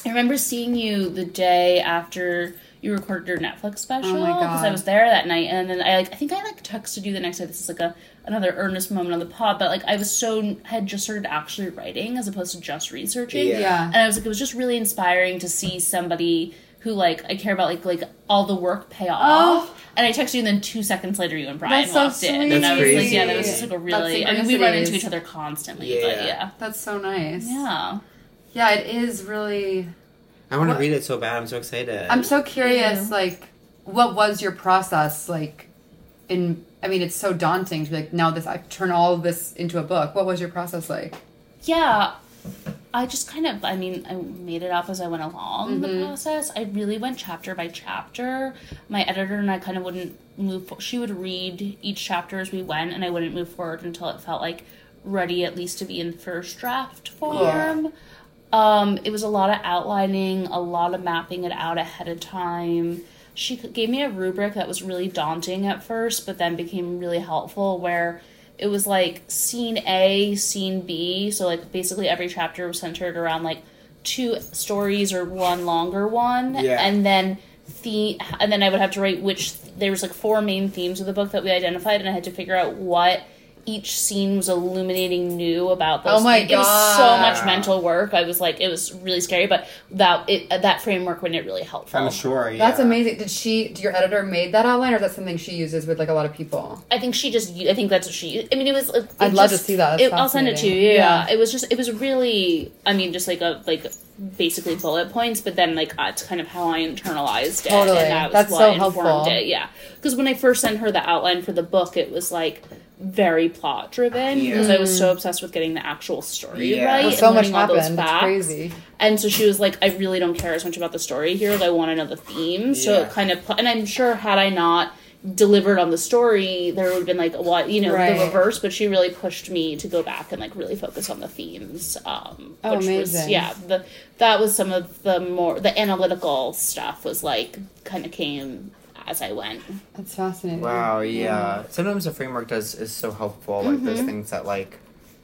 S4: I remember seeing you the day after you recorded your Netflix special
S3: Oh my
S4: because I
S3: God.
S4: was there that night, and then I like I think I like texted you the next day. This is like a another earnest moment on the pod, but like I was so had just started actually writing as opposed to just researching,
S2: Yeah.
S3: Yeah.
S4: and I was like it was just really inspiring to see somebody who like I care about like like all the work pay off.
S3: Oh.
S4: And I texted you, and then two seconds later, you and Brian
S3: That's so
S4: walked in, and
S2: sweet.
S4: I was like, "Yeah, that was
S2: That's
S4: just like a
S3: crazy. That's
S4: really."
S3: the
S4: I mean, we run
S3: synchronicities.
S4: into each other constantly, but
S2: Yeah.
S4: yeah,
S3: That's so nice.
S4: yeah.
S3: Yeah, it is really.
S5: I want to
S3: What-
S5: read it so bad. I'm so excited.
S3: I'm so curious, like, what was your process like? In I mean, it's so daunting to be like, now this I turn all of this into a book. What was your process like?
S4: yeah i just kind of i mean i made it up as i went along the process i really went chapter by chapter my editor and i kind of wouldn't move fo- she would read each chapter as we went and i wouldn't move forward until it felt like ready at least to be in first draft form um, it was a lot of outlining, a lot of mapping it out ahead of time. She c- gave me a rubric that was really daunting at first, but then became really helpful where it was like scene A, scene B. So, like, basically every chapter was centered around like two stories or one longer one.
S2: Yeah.
S4: And then the and then I would have to write which there was like four main themes of the book that we identified, and I had to figure out what each scene was illuminating new about those.
S3: Oh my
S4: things. It was so
S3: God.
S4: much mental work. I was like, it was really scary, but that it, that framework made it really helpful.
S2: I'm sure. Yeah.
S3: That's amazing. Did she? Did your editor made that outline, or is that something she uses with like a lot of people?
S4: I think she just. I think that's what she. I mean, it was. It
S3: I'd
S4: it
S3: love
S4: just-
S3: to see that. That's
S4: It, I'll send it to
S3: fascinating.
S4: you. Yeah. it was just. It was really. I mean, just like a like basically bullet points, but then like that's kind of how I internalized it.
S3: Totally.
S4: and that was
S3: That's
S4: what
S3: so
S4: informed
S3: helpful.
S4: It. Yeah, because when I first sent her the outline for the book, it was like very plot driven
S2: Yeah.
S4: because I was so obsessed with getting the actual story
S2: Yeah.
S4: right.
S2: Well,
S4: and
S3: Mm. so much
S4: learning all those
S3: happened. It's
S4: facts.
S3: crazy.
S4: And so she was like, I really don't care as much about the story here. as I want to know the theme. So
S2: Yeah.
S4: it kind of, pl- and I'm sure had I not delivered on the story, there would have been like a lot, you know,
S3: Right.
S4: the reverse. But she really pushed me to go back and like really focus on the themes. Um,
S3: Oh,
S4: which was,
S3: amazing.
S4: yeah, the, that was some of the more, the analytical stuff was like kind of came as I went.
S3: That's fascinating.
S5: Wow, yeah. Sometimes a framework does is so helpful, like those things that like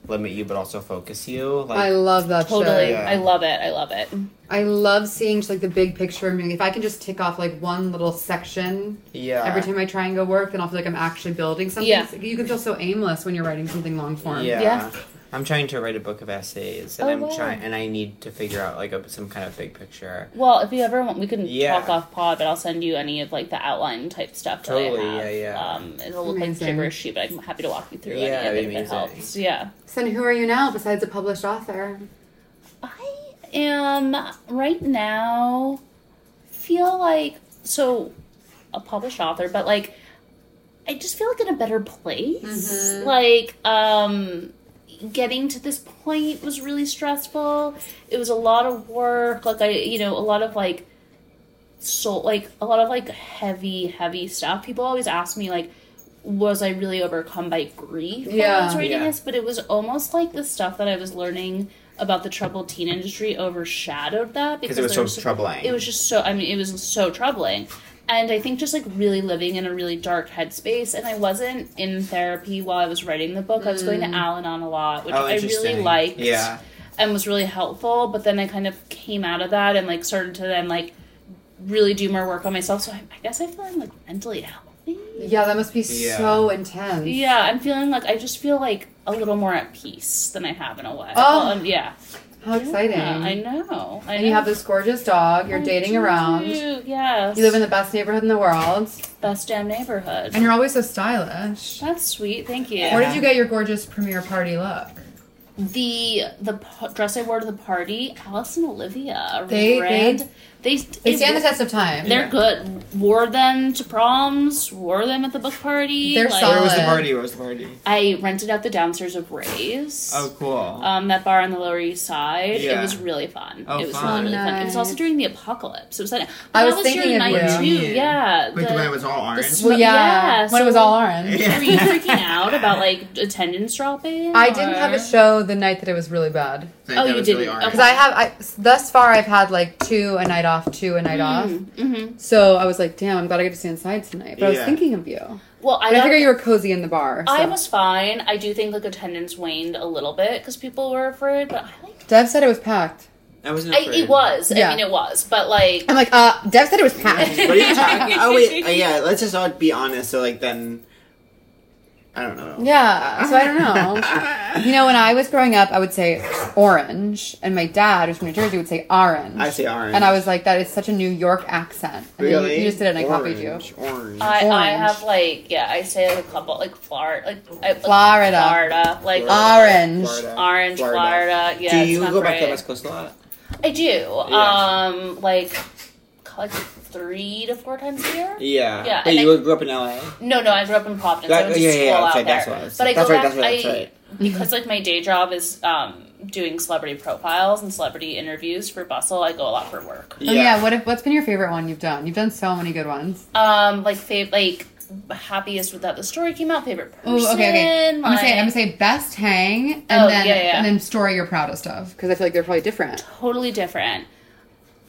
S5: limit you but also focus you. Like
S3: I love that. show.
S4: Totally.
S5: Yeah.
S4: I love it. I love it.
S3: I love seeing just like the big picture. I mean, if I can just tick off like one little section
S5: yeah.
S3: every time I try and go work, then I'll feel like I'm actually building something.
S4: Yeah.
S3: You can feel so aimless when you're writing something long form.
S5: yeah.
S4: Yeah.
S5: I'm trying to write a book of essays, and
S4: Oh,
S5: I'm
S4: wow.
S5: trying, and I need to figure out like a, some kind of big picture.
S4: Well, if you ever want, we can
S5: Yeah.
S4: talk off pod, but I'll send you any of like the outline type stuff.
S5: Totally,
S4: that I have.
S5: yeah, yeah.
S4: Um, it'll look
S3: Amazing.
S4: like gibberish sheet, but I'm happy to walk you through
S5: Yeah,
S4: any
S5: that'd
S4: of it
S5: be
S4: if it
S5: amazing.
S4: helps. Yeah,
S3: So, then who are you now besides a published author?
S4: I am right now feel like so a published author, but like I just feel like in a better place. Like um getting to this point was really stressful. It was a lot of work. Like I, you know, a lot of like soul, like a lot of like heavy, heavy stuff. People always ask me like, was I really overcome by grief while I was
S3: Yeah.
S4: reading
S5: Yeah.
S4: this? But it was almost like the stuff that I was learning about the troubled teen industry overshadowed that
S5: Because it was
S4: there
S5: so troubling.
S4: It was just so. I mean, it was so troubling. And I think just like really living in a really dark headspace, and I wasn't in therapy while I was writing the book. I was going to Al Anon a lot, which
S5: Oh,
S4: I really
S5: interesting.
S4: liked
S5: Yeah.
S4: and was really helpful. But then I kind of came out of that and like started to then like really do more work on myself. So I, I guess I feel I'm like mentally healthy.
S3: Yeah, that must be
S5: Yeah.
S3: so intense.
S4: Yeah, I'm feeling like I just feel like a little more at peace than I have in a while.
S3: Oh,
S4: Um, yeah,
S3: How exciting.
S4: Yeah, I know. I
S3: and you
S4: know.
S3: have this gorgeous dog, you're
S4: I
S3: dating
S4: do,
S3: around, you
S4: Yes.
S3: live in the best neighborhood in the world,
S4: best damn neighborhood.
S3: and you're always so stylish.
S4: That's sweet. Thank you.
S3: Where did you get your gorgeous premiere party look?
S4: the the p- dress I wore to the party, Alice and Olivia,
S3: They-
S4: red. They
S3: They stand the test of time.
S4: They're good. Wore them to proms. Wore them at the book party.
S3: They're
S2: Where was the
S3: Solid.
S2: party? Where was the party?
S4: I rented out the downstairs of Ray's.
S2: Oh, cool.
S4: Um, that bar on the Lower East Side. It
S2: Yeah.
S4: was really fun.
S2: Oh,
S4: it was
S2: fun.
S4: really, really fun. It was also
S3: Nice.
S4: during the apocalypse. It was that.
S3: I
S4: that
S3: was
S4: your
S3: thinking of
S4: night
S2: you.
S4: too. Yeah.
S2: Wait,
S4: the-
S2: the way it was all orange.
S4: sm-
S3: Well, yeah,
S4: Yeah,
S3: when
S4: so-
S3: it was all orange.
S4: were you freaking out about like attendance dropping?
S3: I didn't have
S4: or-
S3: a show the night that it was really bad
S2: Like,
S4: Oh,
S2: that
S4: you
S2: was
S4: didn't.
S2: Really orange.
S3: because I have. I thus far I've had like two a night off, two a night off.
S4: Mhm.
S3: So I was like, damn, I'm glad I get to see inside tonight. But I was
S2: Yeah.
S3: thinking of you.
S4: Well, I,
S3: But I,
S4: got-
S3: figure you were cozy in the bar. So.
S4: I was fine. I do think like attendance waned a little bit because people were afraid, but I like
S3: Dev said it was packed.
S5: I wasn't.
S4: I,
S5: afraid.
S4: it was.
S3: Yeah.
S4: I mean, it was, but like
S3: I'm like, uh, Dev said it was packed.
S2: What are you talking? Oh wait, uh, yeah. Let's just all be honest. So like then, I don't know.
S3: Yeah, so I don't know. you know, when I was growing up, I would say orange, and my dad, who's from New Jersey, would say orange.
S2: I say orange.
S3: And I was like, that is such a New York accent. And then
S2: really.
S3: You, you just did it and I copied you.
S2: Orange, Orange.
S4: I, I
S3: Orange.
S4: have like yeah, I say like a couple like Florida, like I, like,
S3: Florida.
S4: Florida, like
S3: Orange.
S4: orange Florida. Yeah,
S5: Do you
S4: it's not
S5: go
S4: great.
S5: back to the West Coast a lot?
S4: I do. Um, like c- like three to four times a year.
S5: Yeah.
S4: Yeah,
S5: But
S4: and
S5: you
S4: I-
S5: grew up in LA.
S3: Oh,
S4: No, no, I grew up in Providence.
S5: That-
S4: I went to
S5: yeah, yeah,
S4: school
S5: yeah,
S4: out
S5: that's right,
S4: there.
S5: that's what I was
S4: but I
S5: saying.
S4: go
S5: That's
S4: back
S5: right, that's
S4: I,
S5: right,
S4: because like my day job is um, doing celebrity profiles and celebrity interviews for Bustle. I go a lot for work.
S3: Oh, yeah, what if, what's been your favorite one you've done? You've done so many good ones.
S4: Um, like fav- like happiest with that the story came out. Favorite person.
S3: Oh, okay, okay. I'm gonna, say, I'm
S4: like-
S3: gonna say best hang, and,
S4: Oh,
S3: then,
S4: yeah, yeah.
S3: and then story you're proudest of. Because I feel like they're probably different.
S4: totally different.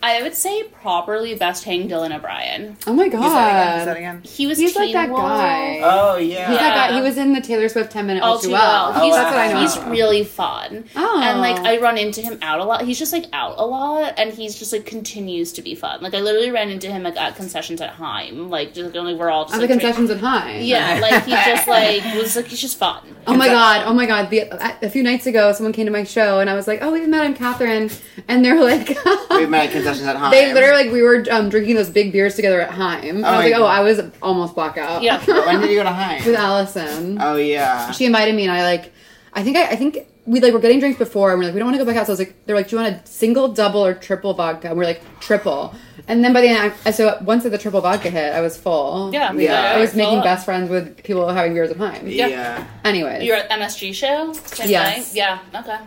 S4: I would say properly best hang Dylan O'Brien.
S3: Oh my god.
S2: again?
S4: He was
S3: He's like
S4: Teen
S3: that
S4: Wolf.
S3: guy.
S5: Oh yeah.
S3: He's
S4: Yeah.
S3: that guy. He was in the Taylor Swift 10 minute
S4: All too well.
S5: Oh,
S4: He's,
S5: wow.
S3: That's what I know.
S4: he's really fun.
S3: Oh.
S4: And like I run into him out a lot. He's just like out a lot and he's just like continues to be fun. Like I literally ran into him like at concessions at Heim. Like just like, we're all just
S3: At the
S4: like, drink-
S3: concessions at High.
S4: Yeah, like he just like was like he's just fun.
S3: Oh my god! Oh my god! The, a, a few nights ago, someone came to my show, and I was like, "Oh, we've met. I'm Catherine," and they're like,
S2: We've met at concessions at home.
S3: "They literally like we were um, drinking those big beers together at Heim." And I
S2: Oh my
S3: was like, "Oh,
S2: God.
S3: I was almost blackout."
S4: Yeah.
S2: When did you go to High?
S3: with Allison,
S2: Oh yeah.
S3: she invited me, and I like, I think I, I think we like were getting drinks before, and we're like, we don't want to go back out. So I was like, they're like, do you want a single, double, or triple vodka? And we're like, triple. And then by the end, I, so once the triple vodka hit, I was full.
S4: Yeah.
S2: Yeah.
S3: I was
S4: Full
S3: making
S4: up.
S3: best friends with people having beers at Heim.
S4: Yeah.
S3: Anyways,
S4: You're at MSG show? Same
S3: Yes.
S4: thing? Yeah. Okay.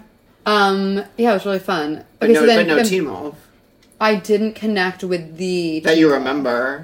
S3: Um. Yeah, it was really fun.
S2: But
S3: Okay,
S2: no,
S3: so then,
S2: but no
S3: then
S2: Teen Wolf
S3: I didn't connect with the.
S2: that you remember.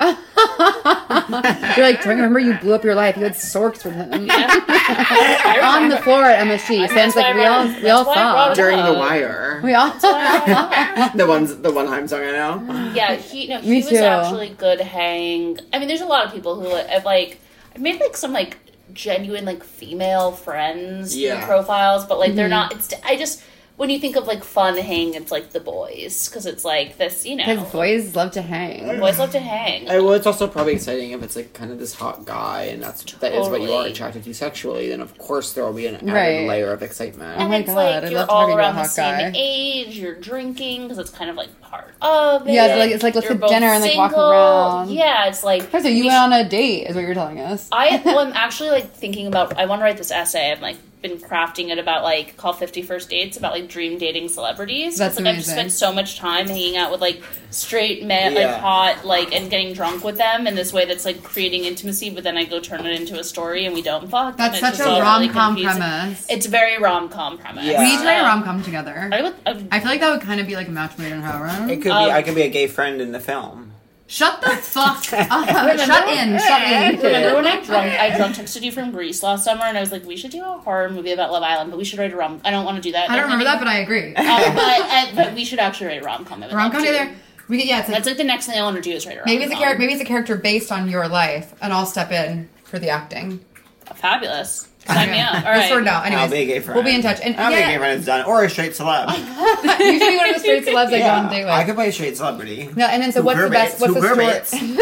S3: You're like, do I remember you blew up your life? You had sorks with him
S4: I
S3: on the
S4: remember-
S3: floor at MSG. Sam's
S4: That's why
S3: like, we
S4: I
S3: all
S4: brought-
S3: we all
S4: that's why I brought
S3: saw.
S4: it up.
S2: during the
S4: Oh.
S2: wire.
S3: We all.
S2: The ones, the one Heim song I
S3: Oh,
S2: know.
S4: Yeah, he no, he
S3: Me
S4: was
S3: too.
S4: actually good hang. I mean, there's a lot of people who have like I've made like some like genuine like female friends
S2: Yeah.
S4: in profiles, but like they're not.
S3: Mm-hmm.
S4: It's I just when you think of like fun hang, it's like the boys because it's like this you
S3: Because
S4: know
S3: boys love to hang.
S4: boys love to hang.
S5: Uh, well, it's also probably exciting if it's like kind of this hot guy, and that's that is what you are
S4: Totally.
S5: attracted to sexually. Then of course there will be an added
S3: Right.
S5: layer of excitement.
S4: and
S3: Oh my
S4: it's
S3: God,
S4: like
S3: I
S4: you're
S3: love talking
S4: all
S3: to a
S4: around the
S3: hot guy.
S4: same age. You're drinking because it's kind of like part of it.
S3: Yeah, it's like- it's like, let's
S4: You're
S3: get
S4: both
S3: dinner and, like, walk
S4: single.
S3: around.
S4: Yeah, it's like
S3: So you
S4: we
S3: went on a date, is what you're telling us.
S4: I well, I'm actually like thinking about. I want to write this essay. I've like been crafting it about like call 50 first dates about like dream dating celebrities. 'Cause,
S3: That's
S4: like I've just
S3: amazing.
S4: spent so much time hanging out with like straight men,
S5: Yeah.
S4: like hot, like and getting drunk with them in this way that's like creating intimacy. But then I go turn it into a story and we don't fuck. and
S3: That's
S4: it's
S3: such
S4: just
S3: a
S4: all really
S3: rom com
S4: confusing.
S3: premise.
S4: It's very rom com premise.
S5: Yeah.
S3: We need to write a
S4: Um,
S3: rom com together.
S4: I would. I,
S3: I feel like that would kind of be like a match made in heaven.
S5: It could
S4: Um,
S5: be. I could be a gay friend in the film.
S3: Shut the fuck up. Shut in. Shut in.
S4: Remember when I drunk I drunk texted you from Greece last summer and I was like, we should do a horror movie about Love Island, but we should write a rom. I don't want to do that.
S3: I don't remember
S4: Anyway.
S3: that, but I agree.
S4: um, but, uh, but we should actually write a rom com.
S3: Rom com either. We could, yeah, it's like
S4: That's like the next thing I want to do is write a rom com.
S3: Maybe it's a character. Maybe it's a character based on your life, and I'll step in for the acting.
S4: Fabulous. Sign me up. All
S3: Let's sort it
S4: right.
S3: out. Anyways,
S2: I'll be a gay friend.
S3: we'll be in touch. And
S2: I'll be a gay
S3: yeah,
S2: friend. It's done. Or a straight celeb.
S3: you should be one of the straight celebs I go on a date with.
S2: I could play a straight celebrity.
S3: no, and then so
S2: Who
S3: what's the best?
S2: gerbates?
S3: What's
S2: Who
S3: the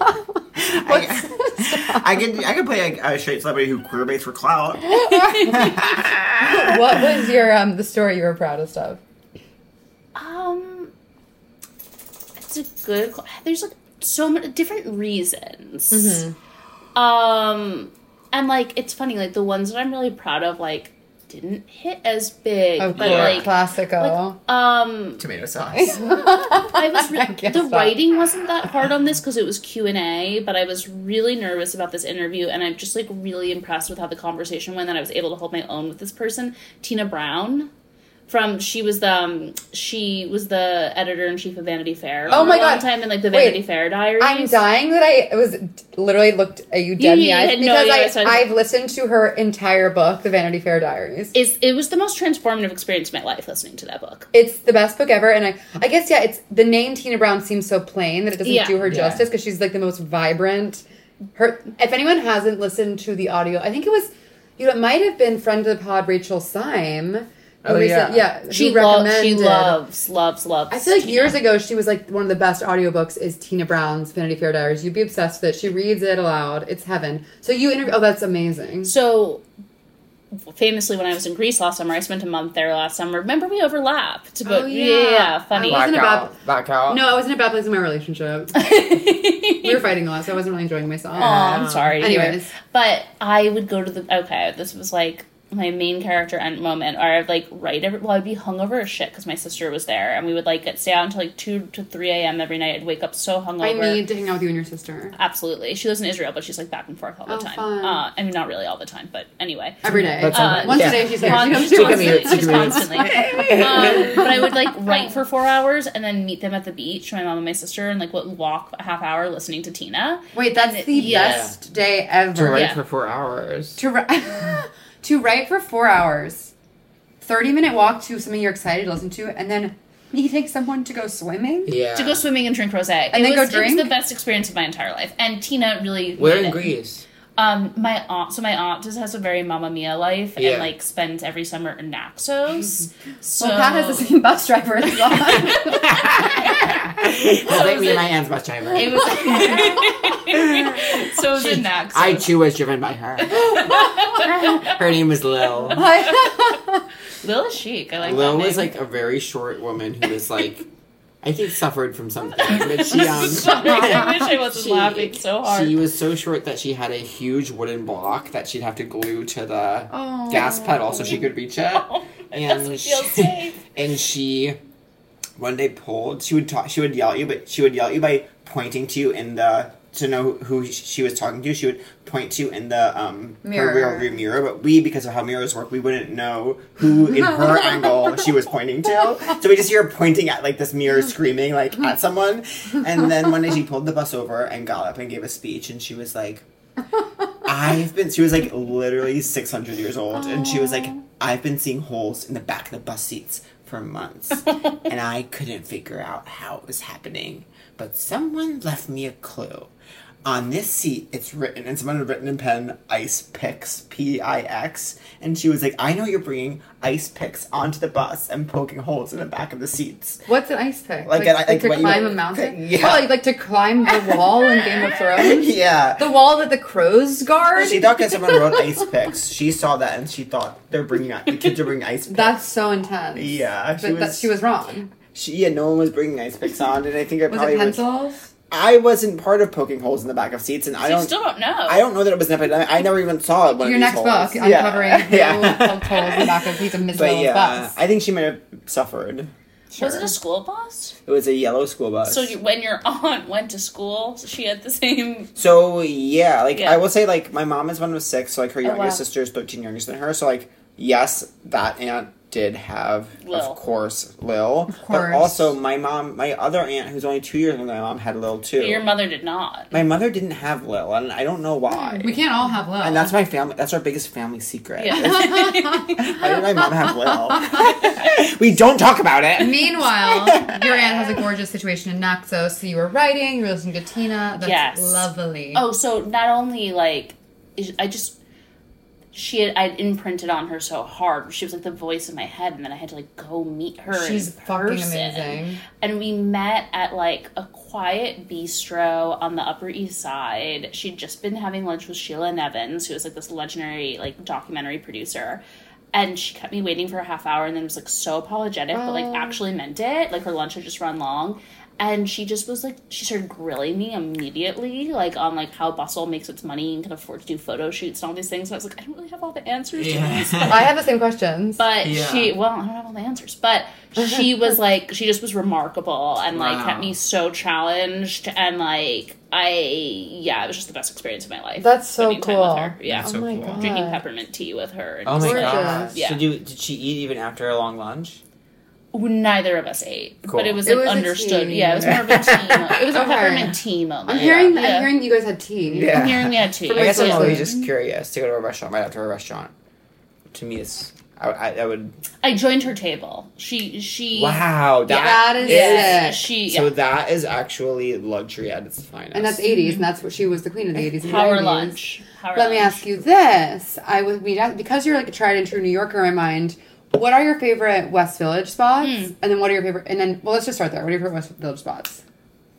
S2: gerbates?
S3: story?
S2: I, I could I could play a, a straight celebrity who queer baits for clout.
S3: What was your um the story you were proudest of?
S4: Um, it's a good. qu- There's like so many different reasons.
S3: Mm-hmm.
S4: Um, and like it's funny. Like the ones that I'm really proud of, like didn't hit as big.
S3: Of
S4: but
S3: course,
S4: like,
S3: classical.
S4: like, um,
S2: Tomato sauce.
S4: I was re-
S3: I guess
S4: the
S3: so.
S4: writing wasn't that hard on this because it was Q and A, but I was really nervous about this interview, and I'm just like really impressed with how the conversation went. That I was able to hold my own with this person, Tina Brown. From she was the um, she was the editor in chief of Vanity Fair.
S3: Oh
S4: for
S3: my
S4: a long
S3: God.
S4: time in like the
S3: Wait.
S4: Vanity Fair diaries.
S3: I'm dying that I was literally looked at you dead in the
S4: you
S3: eyes
S4: had no idea what I was
S3: because
S4: talking
S3: I,
S4: about.
S3: I've listened to her entire book, The Vanity Fair Diaries.
S4: It's, it was the most transformative experience of my life listening to that book.
S3: It's the best book ever, and I, I guess yeah, it's the name Tina Brown seems so plain that it doesn't
S4: Yeah.
S3: do her
S2: Yeah.
S3: justice because she's like the most vibrant. Her, if anyone hasn't listened to the audio, I think it was, you know, it might have been friend of the pod Rachel Syme. who
S2: Oh,
S3: recent-
S2: yeah.
S3: yeah.
S4: She
S3: who
S4: loves she
S3: recommended-
S4: loves loves loves.
S3: I feel like
S4: Tina.
S3: years ago she was like one of the best audiobooks is Tina Brown's Vanity Fair Diaries. You'd be obsessed with it. She reads it aloud. It's heaven. So you interview oh that's amazing.
S4: So famously, when I was in Greece last summer, I spent a month there last summer. Remember, we overlapped. But yeah. funny.
S3: Oh, I
S2: Back
S3: wasn't about
S2: out. Back out.
S3: No, I wasn't in a bad place in my relationship. we were fighting a lot, so I wasn't really enjoying myself.
S4: Aw, I'm sorry. to hear.
S3: Um, Anyways.
S4: but I would go to the okay. This was like my main character end moment, or I'd like write every. Well, I'd be hungover as shit because my sister was there, and we would like get stay out until like two to three a.m. every night. I'd wake up so hungover.
S3: I need to hang out with you and your sister.
S4: Absolutely, she lives in Israel, but she's like back and forth all the
S3: Oh,
S4: time.
S3: fun.
S4: Uh, I mean, not really all the time, but anyway.
S3: Every day.
S2: That's
S4: Uh,
S3: Once
S2: yeah.
S3: a day she's there. She
S4: Con-
S3: comes
S4: just
S3: to
S2: Take a minute,
S4: constantly,
S2: take a
S4: just
S2: minute.
S4: constantly. um, but I would like write for four hours and then meet them at the beach, my mom and my sister, and like what walk a half hour listening to Tina.
S3: Wait, that's the
S4: Yeah.
S3: best day ever.
S2: To write
S4: Yeah.
S2: for four hours.
S3: to ri- to write for four hours, thirty minute walk to something you're excited to listen to, and then meeting someone to go swimming.
S2: Yeah.
S4: To go swimming and drink rosé,
S3: And
S4: it
S3: then go
S4: was, It
S3: drink?
S4: was the best experience of my entire life, and Tina really.
S2: We're
S4: made
S2: in
S4: it.
S2: Greece.
S4: Um, my aunt. So my aunt just has a very Mamma Mia life,
S2: Yeah.
S4: and like spends every summer in Naxos. so
S3: Well, Pat
S4: Oh.
S3: has the same bus driver as well.
S2: Well,
S4: So
S2: they
S4: is
S2: mean
S4: it-
S2: my aunt's bus driver.
S4: It was. so it was in Naxos.
S2: I too was driven by her. her name was Lil.
S4: Lil is chic. I like
S2: Lil
S4: that
S2: was
S4: name.
S2: like a very short woman who was like, I think suffered from something. But she, um,
S4: I wish I wasn't laughing so hard.
S2: She was so short that she had a huge wooden block that she'd have to glue to the
S3: Oh.
S2: gas pedal so she could reach it.
S4: That's what
S2: And
S4: feels
S2: she,
S4: safe.
S2: and she one day pulled. She would talk. She would yell at you, but she would yell at you by pointing to you in the to know who she was talking to. She would point to you in the um
S3: Mirror.
S2: her rear view mirror. But we, because of how mirrors work, we wouldn't know who in her angle she was pointing to. So we just hear her pointing at like this mirror, screaming like at someone. And then one day she pulled the bus over and got up and gave a speech, and she was like. I've been. She was like literally 600 years old, and she was like, I've been seeing holes in the back of the bus seats for months, and I couldn't figure out how it was happening. But someone left me a clue. On this seat, it's written, and someone had written in pen, ice picks, P I X. And she was like, I know you're bringing ice picks onto the bus and poking holes in the back of the seats.
S3: What's an ice pick?
S2: Like an- like
S3: to
S2: what you-
S3: climb a mountain?
S2: Yeah.
S3: Oh, like, like to climb the wall in Game of Thrones?
S2: yeah.
S3: The wall that the crows guard?
S2: she thought that someone wrote ice picks. She saw that and she thought they're bringing the kids are bringing ice picks.
S3: That's so intense.
S2: Yeah,
S3: But
S2: she
S3: that,
S2: was-
S3: she was wrong.
S2: She, yeah, no one was bringing ice picks on, and I think I
S3: Was
S2: probably was-
S3: it pencils?
S2: I wasn't part of poking holes in the back of seats, and I
S4: you
S2: don't.
S4: still don't know.
S2: I don't know that it was an epidemic. I never even saw one of
S3: Your
S2: these
S3: next
S2: holes.
S3: book, uncovering who poked holes in the back of a piece of Ms.
S2: But
S3: Will's
S2: yeah,
S3: bus.
S2: I think she might have suffered.
S4: Was it a school bus?
S2: It was a yellow school bus.
S4: So you, when your aunt went to school, she had the same.
S2: So yeah, like
S4: Yeah.
S2: I will say, like my mom is one of six, so like her younger
S3: Oh, wow.
S2: sister is thirteen younger than her. So like yes, that aunt did have
S4: Lil.
S2: of course Lil, of
S3: course.
S2: but also my mom, my other aunt who's only two years older than my mom had Lil too.
S4: Your mother did not.
S2: my mother didn't have Lil, and I don't know why.
S3: we can't all have love.
S2: And that's my family. That's our biggest family secret.
S4: Mm, Yeah.
S2: Why did my mom have Lil? we don't talk about it.
S3: Meanwhile, your aunt has a gorgeous situation in Naxos. So you were writing, you were listening to Tina. That's
S4: Yes.
S3: lovely.
S4: oh, so not only like, is- I just she had I'd imprinted on her so hard. She was like the voice in my head, and then I had to like go meet her. in
S3: she's fucking
S4: person.
S3: amazing.
S4: and we met at like a quiet bistro on the upper east side she'd just been having lunch with sheila nevins who was like this legendary like documentary producer and she kept me waiting for a half hour and then was like so apologetic but like actually meant it like her lunch had just run long and she just was like she started grilling me immediately like on like how bustle makes its money and can afford to do photo shoots and all these things and i was like i don't really have all the answers to these
S3: I have the same questions.
S4: but
S6: Yeah.
S4: she well i don't have all the answers but she was like she just was remarkable and like
S6: Wow.
S4: kept me so challenged and like i yeah it was just the best experience of my life
S3: That's so
S4: spending time with
S3: cool.
S4: her. yeah
S6: That's
S3: oh
S6: so
S3: my
S6: cool.
S3: god.
S4: drinking peppermint tea with her and
S6: Oh my
S3: Gorgeous.
S6: god!
S4: Yeah.
S6: So do, did she eat even after a long lunch?
S4: neither of us ate
S6: Cool.
S4: but it was
S3: It
S4: like
S3: was a
S4: understood
S3: tea.
S4: yeah it was more of a tea mo- it was a
S3: Okay.
S4: peppermint tea moment
S3: I'm hearing.
S4: yeah.
S3: I'm hearing you guys had tea.
S4: I'm hearing we had tea
S3: From
S6: I guess I'm
S3: Yeah.
S6: always just curious to go to a restaurant right after a restaurant. To me, it's I, I, I would
S4: I joined her table. She she
S6: wow
S3: That is
S4: yeah,
S3: sick.
S4: she
S6: So
S4: yeah.
S6: that is actually luxury at its finest.
S3: And that's 80s, and that's what she was the queen of the 80s. and
S4: power
S3: 90s.
S4: lunch. Power
S3: Let me
S4: lunch.
S3: ask you this: I would be because you're like a tried and true New Yorker in my mind. What are your favorite West Village spots?
S4: Hmm.
S3: And then what are your favorite? And then well, let's just start there. What are your favorite West Village spots?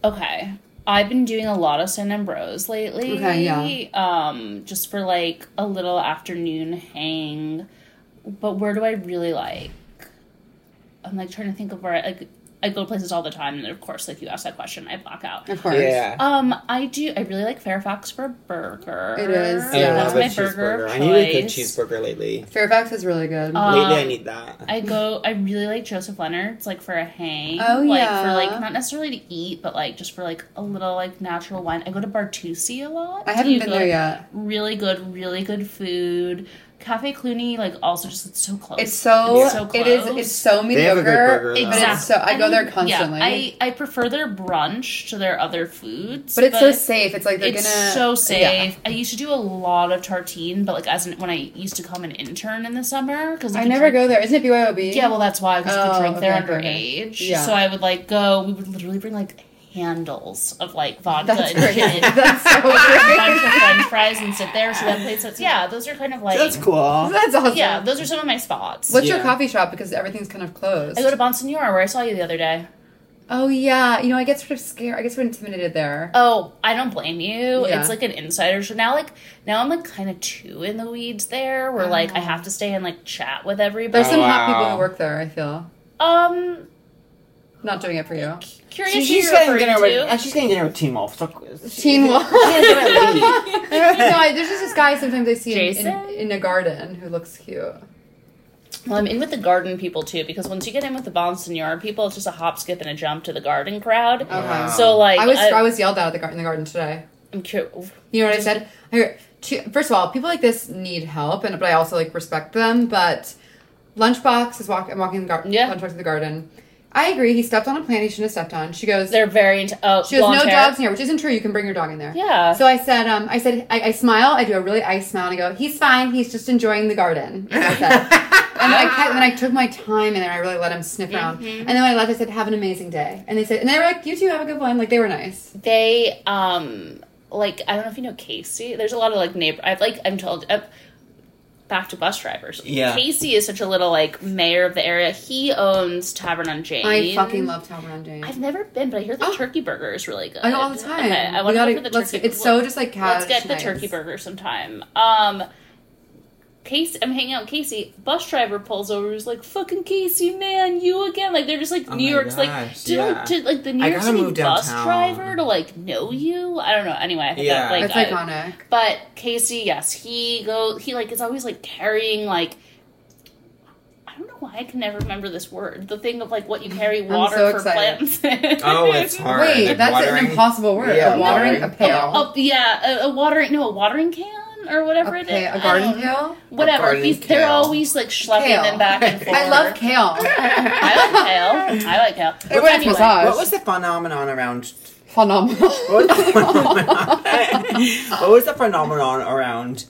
S4: Okay. I've been doing a lot of San Ambrose lately.
S3: Okay, yeah.
S4: Um, just for like a little afternoon hang. But where do I really like? I'm like trying to think of where I like I go to places all the time and of course like you ask that question, I block out.
S3: Of course.
S6: yeah.
S4: Um, I do I really like Fairfax for a burger.
S3: It is,
S4: Like,
S6: I
S3: yeah.
S4: Oh, That's
S6: love a
S4: my burger.
S6: cheeseburger.
S4: Of
S6: I need a good
S4: choice.
S6: cheeseburger lately.
S3: Fairfax is really good.
S6: lately, I
S4: Um,
S6: need that.
S4: I go. I really like Joseph Leonard's, like for a hang.
S3: Oh,
S4: like,
S3: yeah.
S4: For like not necessarily to eat, but like just for like a little like natural wine. I go to Bartusi a lot.
S3: I
S4: Do
S3: haven't
S4: you
S3: been
S4: go?
S3: there yet.
S4: Really good, really good food. Cafe Clooney, like also just it's so close.
S3: It's so,
S4: so
S3: it is
S4: close.
S3: it's so mediocre.
S5: They have a good burger, though.
S3: But it's so I go there constantly.
S4: Yeah, I I prefer their brunch to their other foods,
S3: but it's so safe. It's like they're
S4: it's
S3: gonna
S4: so
S3: yeah.
S4: safe. I used to do a lot of tartine, but like as an, when I used to come an intern in the summer because
S3: I never go there. Isn't it BYOB?
S4: Yeah, well, that's why because you
S3: Oh,
S4: could drink there
S3: okay, okay.
S4: underage.
S3: Yeah.
S4: So I would like go. We would literally bring like handles of like vodka
S3: that's
S4: and
S3: great.
S4: gin, a
S3: that's so great.
S4: bunch of French fries, and sit there. So that place, that's yeah, those are kind of like
S5: That's cool.
S3: That's awesome.
S4: yeah, those are some of my spots.
S3: What's your
S6: Yeah.
S3: coffee shop? Because everything's kind of closed.
S4: I go to Bonsignor where I saw you the other day.
S3: oh yeah, you know I get sort of scared. I get sort of intimidated there.
S4: Oh, I don't blame you.
S3: Yeah.
S4: It's like an insider. So now, like now, I'm like kind of too in the weeds there, where like I have to stay and like chat with everybody.
S3: Oh. There's some hot people
S6: wow.
S3: who work there. I feel
S4: um,
S3: not doing it for you.
S4: curious.
S5: She-
S4: who
S5: she's
S4: you're
S5: getting
S4: referring
S5: dinner
S4: to.
S5: with. uh, She's getting dinner with Teen Wolf. So,
S3: Teen Wolf.
S5: She's getting dinner with Lee.
S3: no, I, there's just this guy sometimes I see in, in,
S4: Jason?
S3: in a garden who looks cute.
S4: Well, I'm in with the garden people too, because once you get in with the Bon Senior people, it's just a hop, skip, and a jump to the garden crowd.
S2: Oh.
S6: Wow.
S4: So like, uh,
S3: I was I,
S4: I,
S3: was yelled at at the gar- in the garden today.
S4: am curious.
S3: You know what I said? I heard- two- First of all, people like this need help, and but I also like respect them. But lunchbox is walk. I'm walking the garden.
S4: Yeah.
S3: Lunchbox to the garden. I agree. He stepped on a plant he shouldn't have stepped on. She goes.
S4: They're very into. Oh,
S3: She goes.
S4: blonde
S3: No
S4: hair.
S3: dogs in here, which isn't true. You can bring your dog in there.
S4: Yeah.
S3: So I said. Um. I said. I, I smile. I do a really ice smile, and I go. He's fine. He's just enjoying the garden. And that's it. And I kept, then I took my time and then I really let him sniff around.
S4: Mm-hmm.
S3: And then when I left, I said, "Have an amazing day." And they said, and they were like, "You too. Have a good one." Like they were nice.
S4: they um like I don't know if you know Casey. There's a lot of like neighbor. I've like I'm told. Uh, back to bus drivers.
S6: Yeah.
S4: Casey is such a little like mayor of the area. He owns Tavern on Jane.
S3: I fucking love Tom Brown James.
S4: I've never been, but I hear the
S3: Oh.
S4: turkey burger is really good.
S3: I know all the time.
S4: Okay, I
S3: We
S4: want to
S3: gotta-
S4: go for the
S3: let's-
S4: turkey.
S3: It's so just like cash.
S4: Let's get the
S3: nice.
S4: turkey burger sometime. Um, Casey, I'm hanging out with Casey. Bus driver pulls over. He's like, "Fucking Casey, man, you again!" Like they're just like
S6: Oh
S4: New
S6: my
S4: York's like,
S6: gosh,
S4: did,
S6: yeah.
S4: did like the New
S6: I
S4: York
S6: gotta
S4: City
S6: move
S4: bus
S6: downtown.
S4: driver to like know you? I don't know. Anyway, I think
S6: Yeah.
S4: that, like
S3: That's
S4: I-
S3: iconic.
S4: But Casey, yes, he go. He like is always like carrying like. I don't know why I can never remember this word. The thing of like what you carry water
S3: so
S4: for
S3: excited.
S4: plants.
S6: Oh, it's hard.
S3: Wait,
S6: Like
S3: that's
S6: watering-
S3: an impossible word.
S6: Yeah,
S3: a watering, a
S6: watering.
S3: pail.
S4: Oh yeah, a, a watering no, a watering can or whatever
S3: a,
S4: it
S3: pail, a
S4: is. I
S3: garden
S4: don't-
S3: pail?
S4: Whatever.
S6: garden
S4: He's, they're
S6: kale.
S4: always like schlepping
S3: Kale.
S4: them back and forth.
S3: I love kale.
S4: I like kale. I like kale.
S3: It works
S4: Anyway,
S3: massage.
S6: What was the phenomenon around?
S3: Phenomenal.
S6: What was the phenomenon, what was the phenomenon around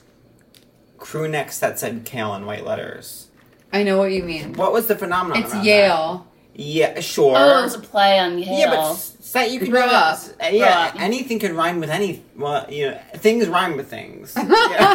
S6: crew necks that said kale in white letters?
S3: I know what you mean.
S6: What was the phenomenon?
S3: It's
S6: around
S3: Yale.
S6: that? Yeah, sure.
S4: Oh, it was a play on Yale.
S6: yeah, but s- say you could
S3: Grow up.
S6: Yeah,
S4: Grow up.
S6: anything could rhyme with any. Well, you know, things rhyme with things. Yeah.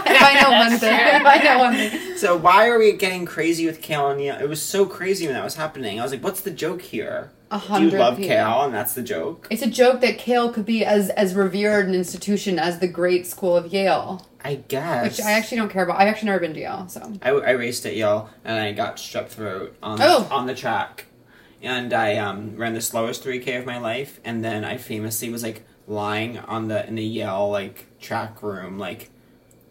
S3: If I know one
S4: That's
S3: thing,
S4: true.
S3: if I know one thing.
S6: So why are we getting crazy with kale and Yale? It was so crazy when that was happening. I was like, what's the joke here?
S3: A
S6: Do you
S3: hundred
S6: love
S3: people.
S6: kale and that's the joke?
S3: It's a joke that Kale could be as as revered an institution as the great school of Yale,
S6: I guess.
S3: which I actually don't care about. I've actually never been to Yale, so
S6: I, I raced at Yale and I got strep throat on,
S3: Oh.
S6: on the track.
S2: and I um, ran the slowest 3K of my life, and then I famously was like lying on the in the Yale like track room, like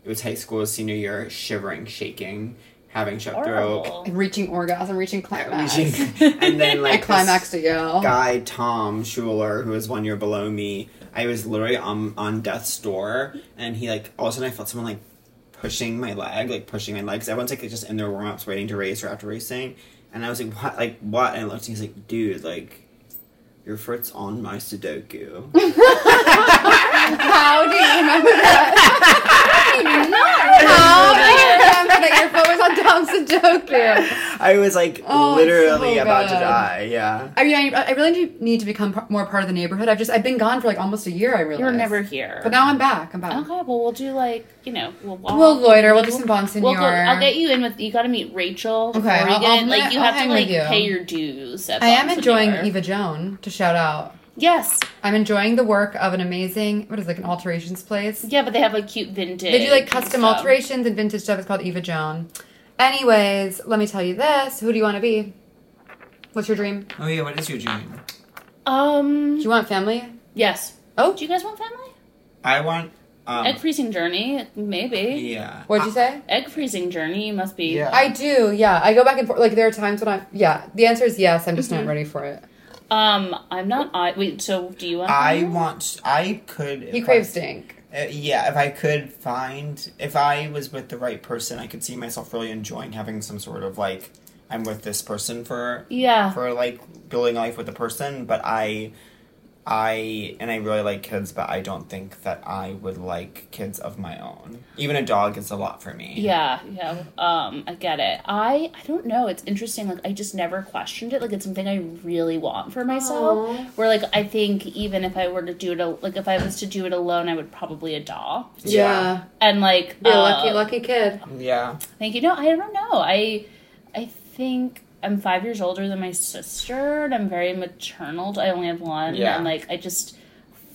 S2: it was high school senior year, shivering, shaking, having strep throat,
S4: Horrible.
S3: And reaching orgasm, reaching climax.
S2: reaching- and then
S3: I
S2: like this-
S3: climaxed at Yale.
S2: guy Tom Schuler, who was one year below me, I was literally on on death's door, and he like all of a sudden I felt someone like pushing my leg, like pushing my legs. Everyone's like just in their warm ups, waiting to race or after racing, and I was like, what, like what? And I looked, and he's like, dude, like. Your foot's on my Sudoku.
S3: How do you remember that? How do you remember that your foot was on Down Sudoku?
S2: I was like
S3: Oh, it's
S2: literally
S3: so
S2: about to
S3: good.
S2: die. Yeah.
S3: I mean, I, I really do need to become p- more part of the neighborhood. I've just I've been gone for like almost a year. I realized.
S4: You were never here.
S3: But now I'm back. I'm back.
S4: Okay, well we'll do like you know we'll walk.
S3: We'll loiter. We'll do some Bon
S4: Um, We'll go,
S3: Señor.
S4: I'll get you in with you. Got to meet Rachel.
S3: Okay,
S4: before we
S3: I'll-
S4: get
S3: I'll-
S4: in. like you
S3: I'll
S4: have
S3: hang
S4: to like
S3: with you.
S4: pay your dues. At
S3: I am
S4: Bon
S3: enjoying
S4: Señor.
S3: Eva Joan to shout out.
S4: Yes,
S3: I'm enjoying the work of an amazing what is it, like an alterations place.
S4: yeah, but they have like cute vintage.
S3: They do like custom
S4: stuff.
S3: alterations and vintage stuff. It's called Eva Joan. Anyways, let me tell you this. Who do you want to be? What's your dream?
S2: Oh yeah, what is your dream?
S3: Do
S4: Um.
S3: you want family?
S4: Yes.
S3: Oh,
S4: Do you guys want family?
S2: I want um
S4: Egg freezing journey, maybe.
S2: yeah.
S3: what'd you say?
S4: Egg freezing journey must be.
S2: Yeah.
S3: I do, yeah. I go back and forth. Like there are times when I, yeah. The answer is yes. I'm just
S4: Mm-hmm.
S3: not ready for it.
S4: Um, I'm not. I wait. So do you want?
S2: I
S4: family?
S2: want I could
S3: He
S2: if I-
S3: craves stink.
S2: Uh, yeah, if I could find, if I was with the right person, I could see myself really enjoying having some sort of like, I'm with this person for
S4: Yeah.
S2: for like building a life with the person. But I, I and I really like kids, but I don't think that I would like kids of my own. Even a dog is a lot for me.
S4: Yeah, yeah. Um, I get it. I I don't know. It's interesting. Like I just never questioned it. Like it's something I really want for myself.
S3: Aw.
S4: Where like I think even if I were to do it, al- like if I was to do it alone, I would probably adopt.
S3: Yeah,
S4: And like,
S3: you're a
S4: uh,
S3: lucky, lucky kid.
S2: yeah.
S4: Thank you. No, I don't know. I I think I'm five years older than my sister, and I'm very maternal. I only have one,
S2: Yeah.
S4: and like I just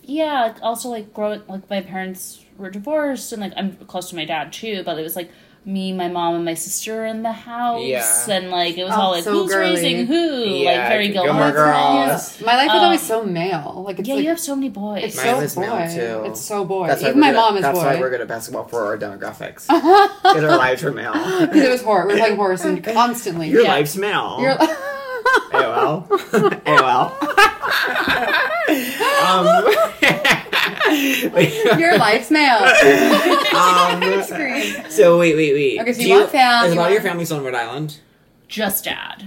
S4: yeah. like, Also, like growing like my parents were divorced, and like I'm close to my dad too, but it was like me, my mom, and my sister in the house,
S2: Yeah.
S4: and like it was
S3: Oh,
S4: all like
S3: so
S4: who's
S3: girly.
S4: raising who, like
S2: Yeah,
S4: very
S7: Oh,
S2: Gilmore
S4: Gilmore
S2: Girls.
S3: My life is
S4: Um,
S3: always so male. Like it's
S4: Yeah,
S3: like,
S4: you have so many boys.
S3: it's
S7: Mine
S3: so
S7: is
S3: boy.
S7: male, too.
S3: It's so boy.
S7: That's why
S3: Even
S7: we're
S3: my
S7: good
S3: mom
S7: at,
S3: is
S7: That's why we're
S3: boy.
S7: good at basketball for our demographics. Because our lives are male.
S3: Because it was horror. We We're playing horse and constantly.
S7: Your
S4: Yeah.
S7: life's male.
S3: You're-
S7: AOL. AOL. um,
S3: Your life's male.
S7: um, so wait, wait, wait.
S3: Okay, so
S7: Do
S3: you want fam,
S7: Is a lot
S3: you
S7: of
S3: want-
S7: your family still in Rhode Island?
S4: Just dad.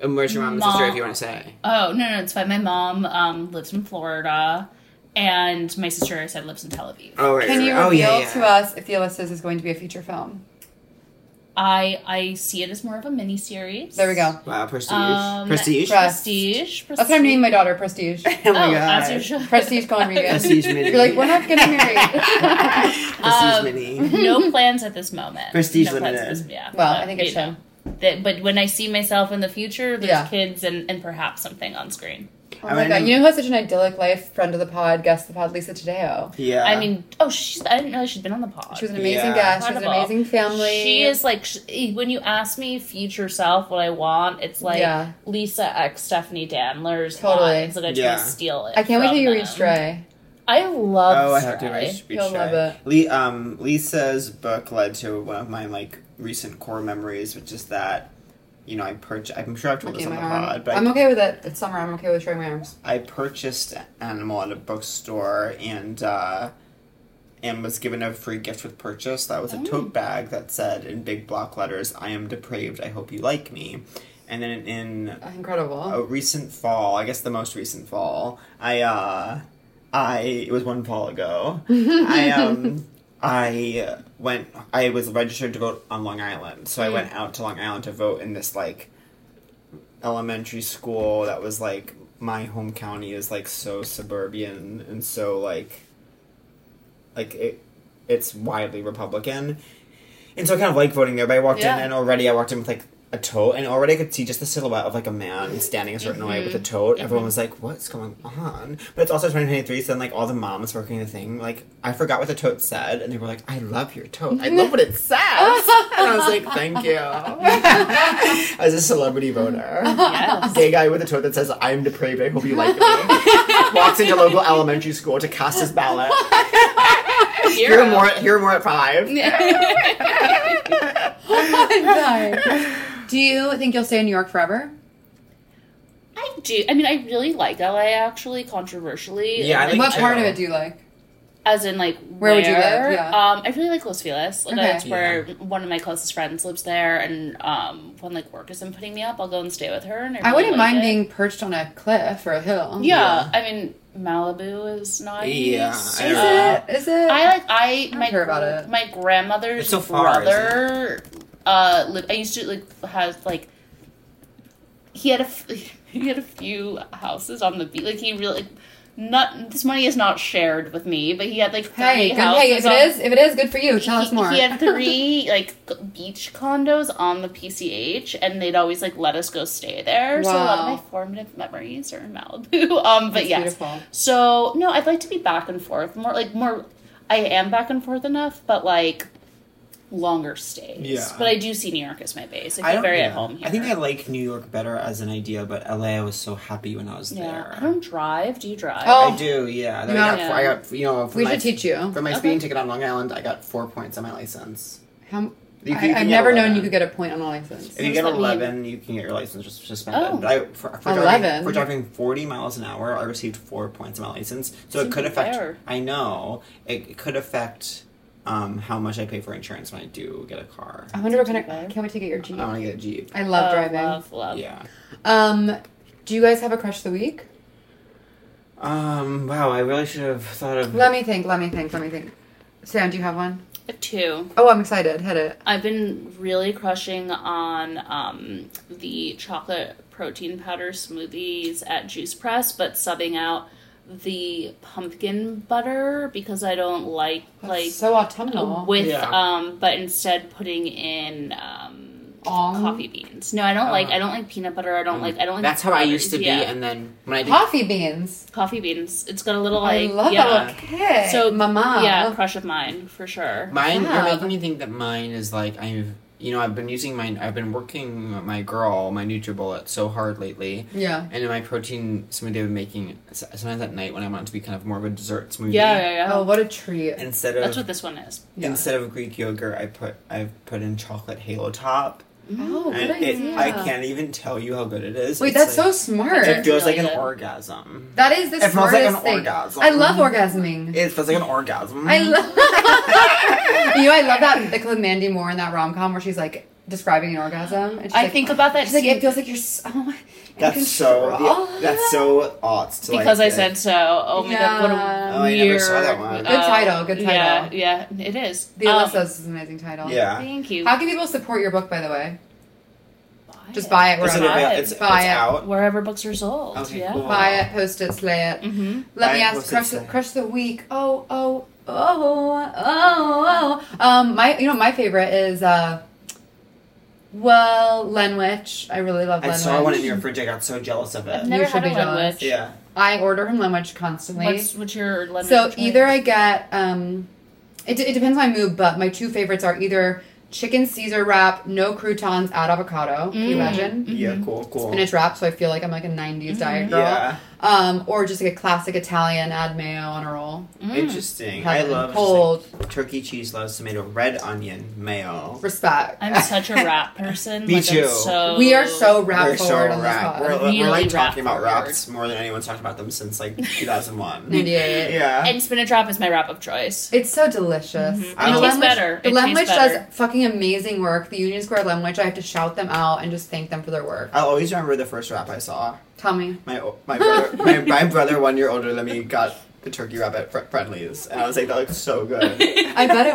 S7: And where's your mom and
S4: Mom.
S7: sister, if you want to say?
S4: Oh no, no, it's fine. My mom um, lives in Florida, and my sister, I said, lives in Tel Aviv.
S7: Oh, right.
S3: Can
S7: right.
S3: you reveal
S7: oh, yeah, yeah.
S3: to us if The Alyssas is going to be a feature film?
S4: I I see it as more of a mini series.
S3: There we go.
S7: Wow, prestige.
S4: Um,
S7: prestige.
S3: Press.
S4: Prestige.
S3: That's what I'm naming my daughter, Prestige.
S7: oh,
S4: Oh,
S7: my
S4: as
S7: god.
S4: you should.
S3: Prestige Colin Regan.
S7: Prestige mini.
S3: You're like, we're not getting married.
S7: prestige
S4: Um,
S7: mini.
S4: no plans at this moment.
S7: Prestige
S4: no plans at
S7: limited.
S4: this- yeah.
S3: well,
S4: but,
S3: I think it
S4: you
S3: should.
S4: know, that- but when I see myself in the future, there's
S3: Yeah.
S4: kids and, and perhaps something on screen.
S3: Oh
S2: I
S3: my
S2: mean,
S3: god, you know who has such an idyllic life? Friend of the pod, guest of the pod, Lisa Tadeo.
S2: Yeah.
S4: I mean, oh, she's, I didn't realize she'd been on the pod.
S3: She was an amazing
S2: Yeah.
S3: guest. She was an
S4: Incredible.
S3: amazing family.
S4: She is like sh- e, when you ask me future self what I want, it's like
S3: Yeah.
S4: Lisa X Stephanie Danler's
S3: Totally.
S4: lines. Like I try
S2: Yeah.
S4: to steal it.
S3: I can't wait
S4: from
S3: till you
S4: them.
S3: read Stray.
S4: I love.
S2: Oh, I have to
S4: Stray.
S2: reach. reach
S3: You'll love
S2: Shrey. Lee, um, Lisa's book led to one of my like recent core memories, which is that you know I purchased. I'm sure I've told
S3: Okay,
S2: this on
S3: my
S2: the
S3: arm.
S2: pod, but
S3: I'm
S2: I,
S3: okay with it. It's summer. I'm okay with Stray my arms.
S2: I purchased Animal at a bookstore and uh, and was given a free gift with purchase. That was a
S3: Oh.
S2: tote bag that said in big block letters, "I am depraved. I hope you like me." And then in
S3: Uh, Incredible.
S8: Oh.
S2: a recent fall, I guess the most recent fall, I uh I it was one fall ago. I um I went I was registered to vote on Long Island. So I went out to Long Island to vote in this like elementary school that was like my home county is like so suburban and so like like it it's widely Republican. And so I kind of like voting there, but I walked
S4: Yeah.
S2: in and already I walked in with like a tote and already I could see just the silhouette of like a man standing a certain way with a tote. Everyone was like, What's going on? But it's also twenty twenty three, so then like all the moms working the thing, like I forgot what the tote said and they were like, I love your tote. I love what it
S8: And
S2: says.
S8: I was like, thank you. As a celebrity voter,
S4: Yes.
S8: gay guy with a tote that says, I'm depraved, I hope you like me, walks into local elementary school to cast his ballot. Hear more, hear more at five.
S3: I'm dying. Do you think you'll stay in New York forever?
S4: I do. I mean, I really like LA actually, controversially.
S2: Yeah, I like- Me
S3: what
S2: too.
S3: part of it do you like?
S4: As in, like,
S3: Where would you live? Yeah.
S4: Um, I really like Los Feliz. Like,
S3: Okay.
S4: that's where one of my closest friends lives there, and um, when like work isn't putting me up, I'll go and stay with her. And I,
S3: I
S4: really
S3: wouldn't
S4: like
S3: mind
S4: it.
S3: being perched on a cliff or a hill.
S4: Yeah, I mean, Malibu is not.
S2: Yeah, I
S3: Is
S2: don't
S4: Uh,
S3: it? Is it?
S4: I like I
S3: don't
S4: my
S3: care about it.
S4: my grandmother's
S2: It's so far,
S4: brother uh lived, I used to like has like he had a f- he had a few houses on the beach like he really like, not this money is not shared with me but he had like three
S3: hey, good,
S4: houses
S3: hey, if
S4: on-
S3: it is, if it is, good for you. Tell
S4: he,
S3: us more.
S4: he had three like g- beach condos on the PCH, and they'd always like let us go stay there. So a lot
S3: Wow.
S4: of my formative memories are in Malibu. Um, but
S3: That's
S4: yes,
S3: beautiful.
S4: so no, I'd like to be back and forth more. Like more, I am back and forth enough, but like longer stays.
S2: Yeah.
S4: But I do see New York as my base. I
S2: I
S4: feel
S2: don't
S4: very at
S2: yeah.
S4: home here.
S2: I think I like New York better as an idea, but LA I was so happy when I was
S4: yeah.
S2: there.
S4: I don't drive. Do you drive?
S3: Oh.
S2: I do, yeah.
S8: I
S2: That-
S8: got,
S4: Yeah.
S8: I got, you know, for
S3: we
S8: my,
S3: should teach you.
S8: for my
S4: Okay.
S8: speeding ticket on Long Island, I got four points on my license.
S3: How,
S8: You can-
S3: I,
S8: you
S3: have
S8: can get
S3: never
S8: a
S3: known
S8: letter.
S3: you could get a point on a license.
S2: If you
S4: does
S2: get
S4: that mean?
S2: 11, you can get your license sus- suspended.
S4: Oh.
S2: But I, for, for, driving,
S3: 11?
S2: for driving 40 miles an hour, I received four points on my license. So it
S4: Seems
S2: could affect.
S4: unfair.
S2: I know. It, it could affect um, how much I pay for insurance when I do get a car.
S3: I wonder what kind
S4: Okay.
S3: of. Can we take it your Jeep?
S2: I want to get a Jeep.
S3: I love
S4: Oh,
S3: driving.
S4: Love, Oh, love.
S2: Yeah.
S3: Um, do you guys have a crush of the week?
S2: Um, wow, I really should have thought of.
S3: Let me think. Let me think. Let me think. Sam, do you have one?
S4: I have two.
S3: Oh, I'm excited. Hit it.
S4: I've been really crushing on um, the chocolate protein powder smoothies at Juice Press, but subbing out the pumpkin butter because I don't like like
S3: so autumnal.
S4: with
S2: Yeah.
S4: um, but instead putting in um,
S3: Um,
S4: coffee beans. No, I don't like I don't like peanut butter. I don't like I don't like.
S8: Oh. Mm. That's how I used to be,
S4: yeah.
S8: and then when I did
S3: coffee beans.
S4: coffee beans. It's got a little like
S3: I love
S4: yeah.
S3: that little kid.
S4: So
S3: mama.
S4: yeah, crush of mine for sure.
S2: Mine,
S3: Yeah.
S2: you're making me think that mine is like I've, you know, I've been using mine. I've been working my girl, my NutriBullet, so hard lately.
S3: Yeah.
S2: And in my protein smoothie, I've been making s- sometimes at night when I want it to be kind of more of a dessert smoothie.
S4: yeah, yeah, yeah.
S3: Oh, what a treat.
S2: Instead
S4: That's
S2: of
S4: what this one is.
S3: Yeah.
S2: instead of Greek yogurt, I put I've put in chocolate Halo Top.
S3: oh, what
S2: And
S3: a
S2: it, I can't even tell you how good it is.
S3: Wait,
S2: It's
S3: that's so
S2: like-
S3: smart.
S2: It feels like
S4: Really
S2: an
S4: good.
S2: orgasm.
S3: that is the
S2: It smells
S3: smartest
S2: like an
S3: thing.
S2: orgasm.
S3: I love orgasming.
S2: It feels like an orgasm.
S3: I love. you know, I love that like with Mandy Moore in that rom com where she's like describing an orgasm. And she's
S4: I
S3: like,
S4: think about that
S3: She's like,
S4: scene-
S3: it feels like you're. So, oh my.
S8: That's so.
S3: control.
S8: the- that's so aughts. To
S4: Because
S8: like,
S4: I said so. Oh my god, what a
S3: Yeah.
S8: Oh, I
S4: weird. uh,
S8: never saw that one.
S3: Good title, good
S4: Yeah,
S3: title.
S4: yeah, it is.
S3: The
S4: Um,
S3: Alyssa's is an amazing title.
S8: Yeah.
S4: Thank you.
S3: How can people support your book, by the way?
S4: Buy
S3: Just buy it. We're
S8: Is it
S3: on
S8: avail-
S4: Buy it.
S8: it's, it's
S3: Buy it.
S8: out.
S4: wherever books are sold.
S2: Okay,
S4: yeah.
S2: cool.
S3: Buy it, post it, slay it.
S4: Mm-hmm.
S3: Let
S8: Buy
S3: me
S8: it,
S3: ask
S8: post it,
S3: crush,
S8: slay it.
S3: crush the week. Oh, oh, oh, oh, oh. Um, my, you know, my favorite is, uh, well, Lenwich. I really love Lenwich.
S8: I saw one in your fridge. I got so jealous of
S4: I've
S8: it.
S4: never
S3: You should
S4: had a
S3: be jealous.
S4: language.
S8: Yeah.
S3: I order from Lenwich constantly.
S4: What's what's your language?
S3: So
S4: choice?
S3: either I get um, it, d- it depends on my mood, but my two favorites are either chicken Caesar wrap, no croutons, add avocado. Can you
S4: Mm.
S3: imagine?
S8: Yeah. Cool. Cool.
S3: Spinach wrap, so I feel like I'm like a '90s
S4: Mm-hmm.
S3: diet girl.
S8: Yeah.
S3: Um, or just like a classic Italian, add mayo on a roll.
S4: Mm.
S2: Interesting. I
S3: Heaven.
S2: love
S3: cold
S2: just, like, turkey cheese, loves tomato, red onion, mayo.
S3: respect.
S4: I'm such a rap person.
S2: Me
S4: like, I'm
S2: too.
S4: so
S3: we are so rap
S2: We're
S3: forward
S2: so
S3: on this
S2: rap.
S3: pod.
S2: We're, we're
S4: Really
S2: like
S4: rap
S2: talking about
S4: forward.
S2: raps more than anyone's talked about them since like 2001.
S3: 98.
S8: Yeah.
S4: And spinach wrap is my wrap of choice.
S3: It's so delicious.
S2: I don't-
S3: And the
S2: It tastes
S3: Lemwich-
S4: better.
S3: The
S4: It Mm-hmm. tastes
S3: Lemwich
S4: better.
S3: does fucking amazing work. The Union Square Lemwich, I have to shout them out and just thank them for their work.
S2: I'll always remember the first rap I saw.
S3: Tell me.
S2: My my brother, my, my brother, one year older than me, got the turkey wrap at Fr- Friendly's, and I was like, that looks so good.
S3: I bet it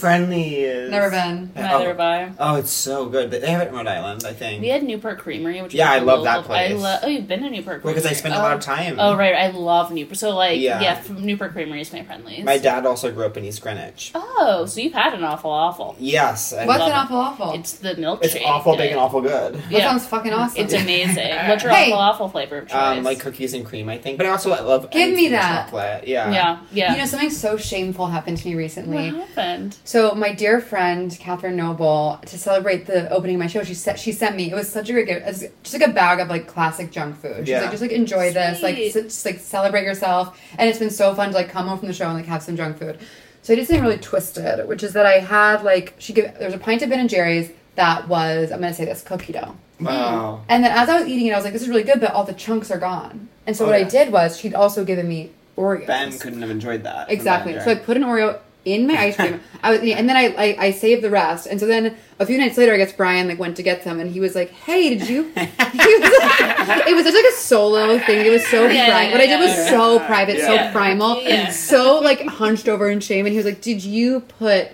S2: Friendly's.
S3: Never been.
S4: Neither
S2: Oh.
S4: have I.
S2: Oh, it's so good. They have it in Rhode Island, I think.
S4: We had Newport Creamery, which
S2: Yeah,
S4: was
S2: I
S4: a
S2: love that
S4: local- I
S2: place.
S4: love. Oh, you've been to Newport Creamery
S2: Because I spent a
S4: Oh.
S2: lot of time.
S4: Oh right, I love Newport. So like, yeah,
S2: Yeah.
S4: f- Newport Creamery is my friendlies.
S2: My dad also grew up in East Greenwich.
S4: Oh, so you've had an awful awful.
S2: Yes. And
S3: What's
S4: love
S3: an
S4: it.
S3: awful awful?
S4: It's the milkshake.
S2: It's awful big
S4: big
S2: and awful good.
S3: That
S4: Yeah.
S3: sounds fucking awesome.
S4: It's amazing. What's your
S3: Hey.
S4: awful awful flavor of choice?
S2: Um, like cookies and cream, I think. But I also love.
S3: Give me
S2: anything
S3: that.
S9: chocolate.
S2: uh,
S9: Yeah.
S4: yeah, yeah.
S3: You know, something so shameful happened to me recently.
S4: what happened?
S3: So my dear friend Catherine Noble, to celebrate the opening of my show, she sent she sent me. It was such a great gift. It was just like a bag of like classic junk food. She's
S9: Yeah.
S3: like, just like enjoy this, like
S4: Sweet.
S3: s- just like celebrate yourself. And it's been so fun to like come home from the show and like have some junk food. So I did something really twisted, which is that I had like she gave there was a pint of Ben and Jerry's that was I'm gonna say this cookie dough.
S2: Mm-hmm.
S9: Wow.
S3: And then as I was eating it, I was like, this is really good, but all the chunks are gone. And so what I did was she'd also given me Oreos.
S9: Oh, Ben couldn't have enjoyed that. from
S3: Exactly.
S9: Ben
S3: So I put an Oreo in my ice cream. I was, and then I, I I saved the rest. And so then a few nights later, I guess Brian like went to get some, and he was like, "Hey, did you?" He was like- it was such like a solo thing. It was so
S4: Yeah,
S3: private.
S4: yeah,
S3: What I did
S4: yeah.
S3: was so private,
S4: Yeah.
S3: so primal,
S4: Yeah.
S3: so like hunched over in shame. And he was like, "Did you put?"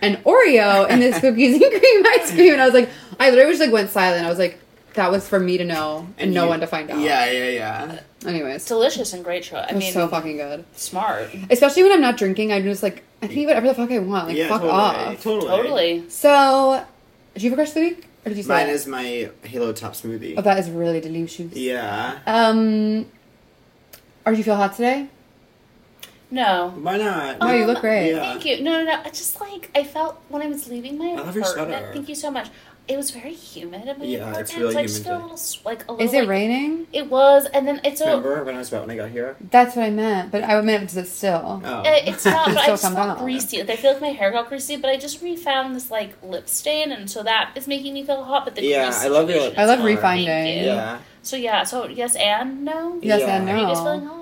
S3: An Oreo in this cookies and cream ice cream, and I was like, I literally just like went silent. I was like, that was for me to know and, no
S2: you-
S3: one to find out.
S2: Yeah, yeah, yeah.
S3: Anyways,
S4: It's delicious and great show. I
S3: it was
S4: mean,
S3: so fucking good.
S4: smart.
S3: Especially when I'm not drinking, I'm just like, I can eat whatever the fuck I want. Like,
S2: Yeah,
S3: fuck
S2: totally.
S3: off.
S2: Totally.
S4: Totally.
S3: So, did you have a crush of the week? Or did you say
S2: Mine
S3: it?
S2: is my Halo Top smoothie.
S3: Oh, that is really delicious.
S2: Yeah.
S3: Um, or do you feel hot today?
S4: No.
S2: Why not?
S3: Oh, you look great.
S2: yeah.
S4: Thank you. No, no, no. I just like I felt when I was leaving my
S2: love your sweater.
S4: apartment. Thank you so much. It was very humid in my
S2: Yeah,
S4: apartment,
S2: it's really
S4: so I just
S2: humid
S4: feel a
S2: today.
S4: little s- like a little.
S3: Is it
S4: like-
S3: raining?
S4: It was, and then it's a.
S2: Remember when I was about when I got here?
S3: That's what I meant, but I meant, does it still?
S2: Oh.
S4: Uh, it's not, but I
S3: still
S4: just
S3: come
S4: felt
S3: out.
S4: greasy. Like, I feel like my hair got greasy, but I just refound this like lip stain, and so that is making me feel hot. But the
S2: Yeah,
S4: grease
S2: I love your
S4: situation
S2: lip
S3: I
S4: is
S3: love
S4: gone.
S3: refinding.
S4: Thank you.
S2: yeah. Um,
S4: So yeah, so yes and no.
S3: Yes
S2: Yeah.
S3: and
S4: Are you guys feeling
S3: no.
S4: hot?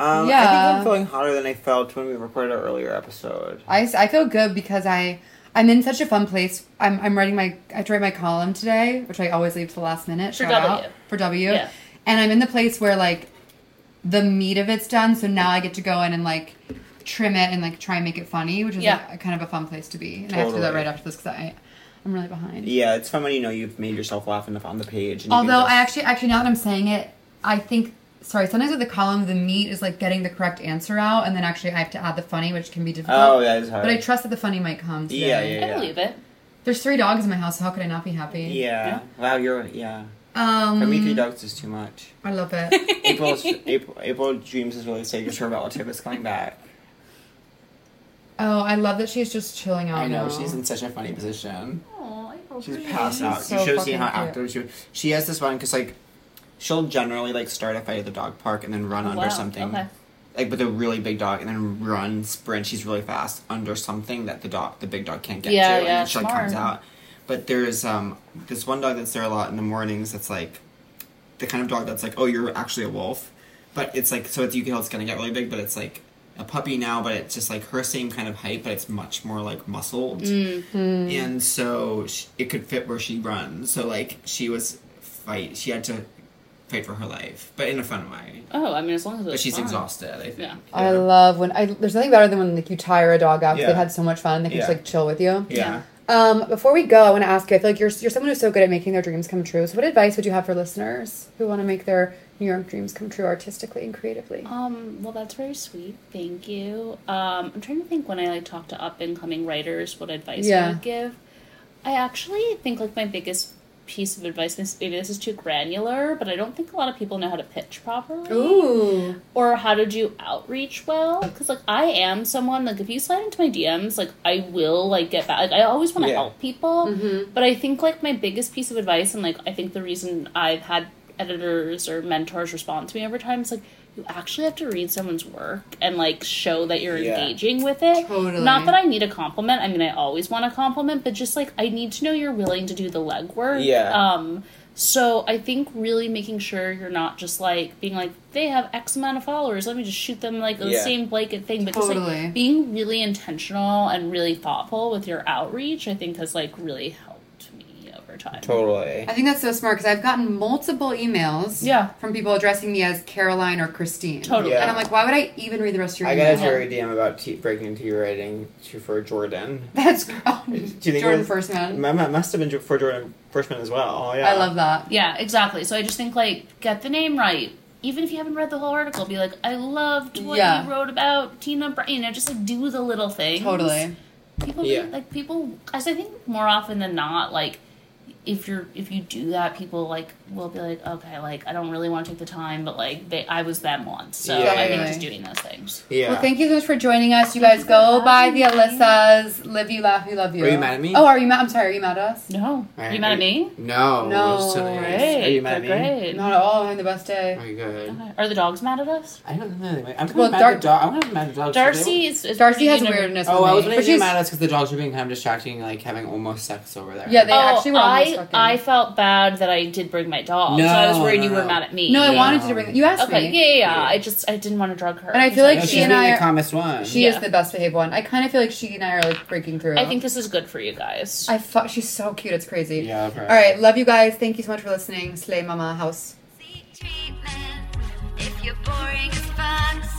S2: Um, I
S3: Yeah.
S2: think I'm feeling hotter than I felt when we recorded our earlier episode.
S3: I, s- I feel good because I, I'm in such a fun place. I'm, I'm writing my, I had to write my column today, which I always leave to the last minute.
S4: For
S3: shout
S4: W.
S3: out. For W.
S4: Yeah.
S3: And I'm in the place where, like, the meat of it's done. So now I get to go in and like trim it and like try and make it funny, which is
S4: Yeah.
S3: like, kind of a fun place to be. And I have to do that
S2: Totally.
S3: right after this because I I'm really behind.
S2: Yeah, it's fun when you know you've made yourself laugh enough on the page. And you can
S3: Although
S2: just-
S3: I actually actually now that I'm saying it, I think sorry sometimes with the column the meat is like getting the correct answer out, and then actually I have to add the funny, which can be difficult.
S2: Oh, that is hard.
S3: But I trust that the funny might come. Today.
S2: Yeah, yeah,
S4: I
S2: yeah.
S4: believe it.
S3: There's three dogs in my house. So how could I not be happy?
S2: Yeah. Wow, you're yeah.
S3: Um.
S2: For me, three dogs is too much.
S3: I love it.
S2: April's April, April dreams is really sick. 'cause Her relative is coming back.
S3: Oh, I love that she's just chilling out.
S2: I know
S3: now.
S2: she's in such a funny position.
S4: Oh, April.
S2: She's passed out.
S3: so
S2: you should have seen how
S3: fucking cute.
S2: active she was. She has this one because like, she'll generally like start a fight at the dog park and then run under
S4: wow,
S2: something.
S4: okay.
S2: Like with a really big dog, and then run, sprint. She's really fast under something that the dog, the big dog, can't get
S4: Yeah,
S2: to,
S4: yeah,
S2: and then she like comes
S4: smart.
S2: out. But there's um this one dog that's there a lot in the mornings. That's like the kind of dog that's like, oh, you're actually a wolf, but it's like so it's you can tell it's gonna get really big, but it's like a puppy now, but it's just like her same kind of height, but it's much more like muscled,
S4: Mm-hmm.
S2: and so sh it could fit where she runs. So like she was fight, she had to fight for her life, but in a fun way.
S4: Oh, I mean, as long as it's
S2: But she's
S4: fun.
S2: exhausted. I think.
S4: Yeah.
S3: I love when I. There's nothing better than when like you tire a dog out because
S2: Yeah.
S3: they've had so much fun. and They can just
S2: Yeah.
S3: like chill with you.
S2: yeah.
S3: Um, before we go, I want to ask you. I feel like you're you're someone who's so good at making their dreams come true. So, what advice would you have for listeners who want to make their New York dreams come true artistically and creatively?
S4: Um, well, that's very sweet. Thank you. Um, I'm trying to think when I like talk to up and coming writers, what advice
S3: Yeah.
S4: I would give. I actually think like my biggest piece of advice. This maybe this is too granular, but I don't think a lot of people know how to pitch properly
S3: Ooh,
S4: or how to do outreach well. Because like I am someone like if you slide into my DMs, like I will like get back. Like I always want to
S2: Yeah.
S4: help people,
S3: Mm-hmm.
S4: but I think like my biggest piece of advice and like I think the reason I've had editors or mentors respond to me over time is like you actually have to read someone's work and like show that you're
S2: Yeah.
S4: engaging with it.
S3: Totally.
S4: Not that I need a compliment. I mean, I always want a compliment, but just like I need to know you're willing to do the legwork.
S2: Yeah.
S4: Um. So I think really making sure you're not just like being like they have X amount of followers. Let me just shoot them like the
S2: Yeah.
S4: same blanket thing. But just
S3: Totally.
S4: like being really intentional and really thoughtful with your outreach, I think has like really helped me over time.
S2: Totally.
S3: I think that's so smart because I've gotten multiple emails
S4: Yeah.
S3: from people addressing me as Caroline or Christine.
S4: Totally.
S3: And I'm like, why would I even read the rest of your
S9: I
S3: email?
S9: got a Jerry DM about t- breaking into your writing to- for Jordan.
S3: That's oh,
S9: Do you think
S3: Jordan
S9: it was-
S3: First Man.
S9: My, my- must have been for Jordan Freshman as well.
S2: Oh,
S9: Yeah.
S3: I love that.
S4: Yeah, exactly. So I just think like get the name right. Even if you haven't read the whole article, be like, I loved what
S3: Yeah.
S4: you wrote about Tina. Br-, you know, just like do the little things.
S3: Totally.
S4: People
S2: Yeah.
S4: re- like people, as I think more often than not, like if you're if you do that, people like will be like, okay, like I don't really want to take the time, but like they, I was them once, so
S2: Yeah.
S4: I think just doing those things.
S2: Yeah.
S3: Well, thank you so much for joining us. You guys go by the Alyssa's Live You Laugh You Love You.
S2: Are you mad at me?
S3: Oh, are you mad? I'm sorry. Are you mad at us?
S4: No,
S2: Alright,
S4: you mad at
S2: are
S4: me?
S2: no.
S3: No.
S2: it's so nice.
S4: Great,
S2: Are you mad at me?
S4: they're great.
S3: Not at all. I'm having the best day.
S2: Okay, good.
S4: Okay. Are the dogs mad at us?
S2: I don't know. I'm kind
S3: Well,
S2: of mad
S3: Dar-
S2: at dog. I'm kind of mad at dogs. 'cause they-
S4: Darcy is, is
S3: Darcy has
S4: you know-
S3: weirdness.
S2: Oh,
S3: with
S2: I was
S3: me,
S2: really
S3: but she's-
S2: mad at us because the dogs were being kind of distracting, like having almost sex over there.
S3: Yeah, they
S4: Oh,
S3: actually were almost
S4: I
S3: fucking.
S4: I felt bad that I did bring my dog, so
S2: No,
S4: I was worried
S2: no,
S4: you were
S2: no.
S4: mad at me.
S3: no, I
S2: Yeah.
S3: wanted you to bring. You asked
S4: Okay,
S3: me.
S4: yeah, yeah, yeah. I just I didn't want to drug her.
S3: And I feel like
S2: no,
S3: she
S2: she's
S3: and
S2: being
S3: I
S2: the
S3: are-
S2: calmest one.
S3: She is
S4: Yeah.
S3: the best behaved one. I kind of feel like she and I are like breaking through.
S4: I think this is good for you guys.
S3: I fuck. She's so cute. It's crazy.
S2: yeah. okay.
S3: All right, love you guys. Thank you so much for listening. Slay Mama House.
S1: Seek treatment. If you're boring as fuck,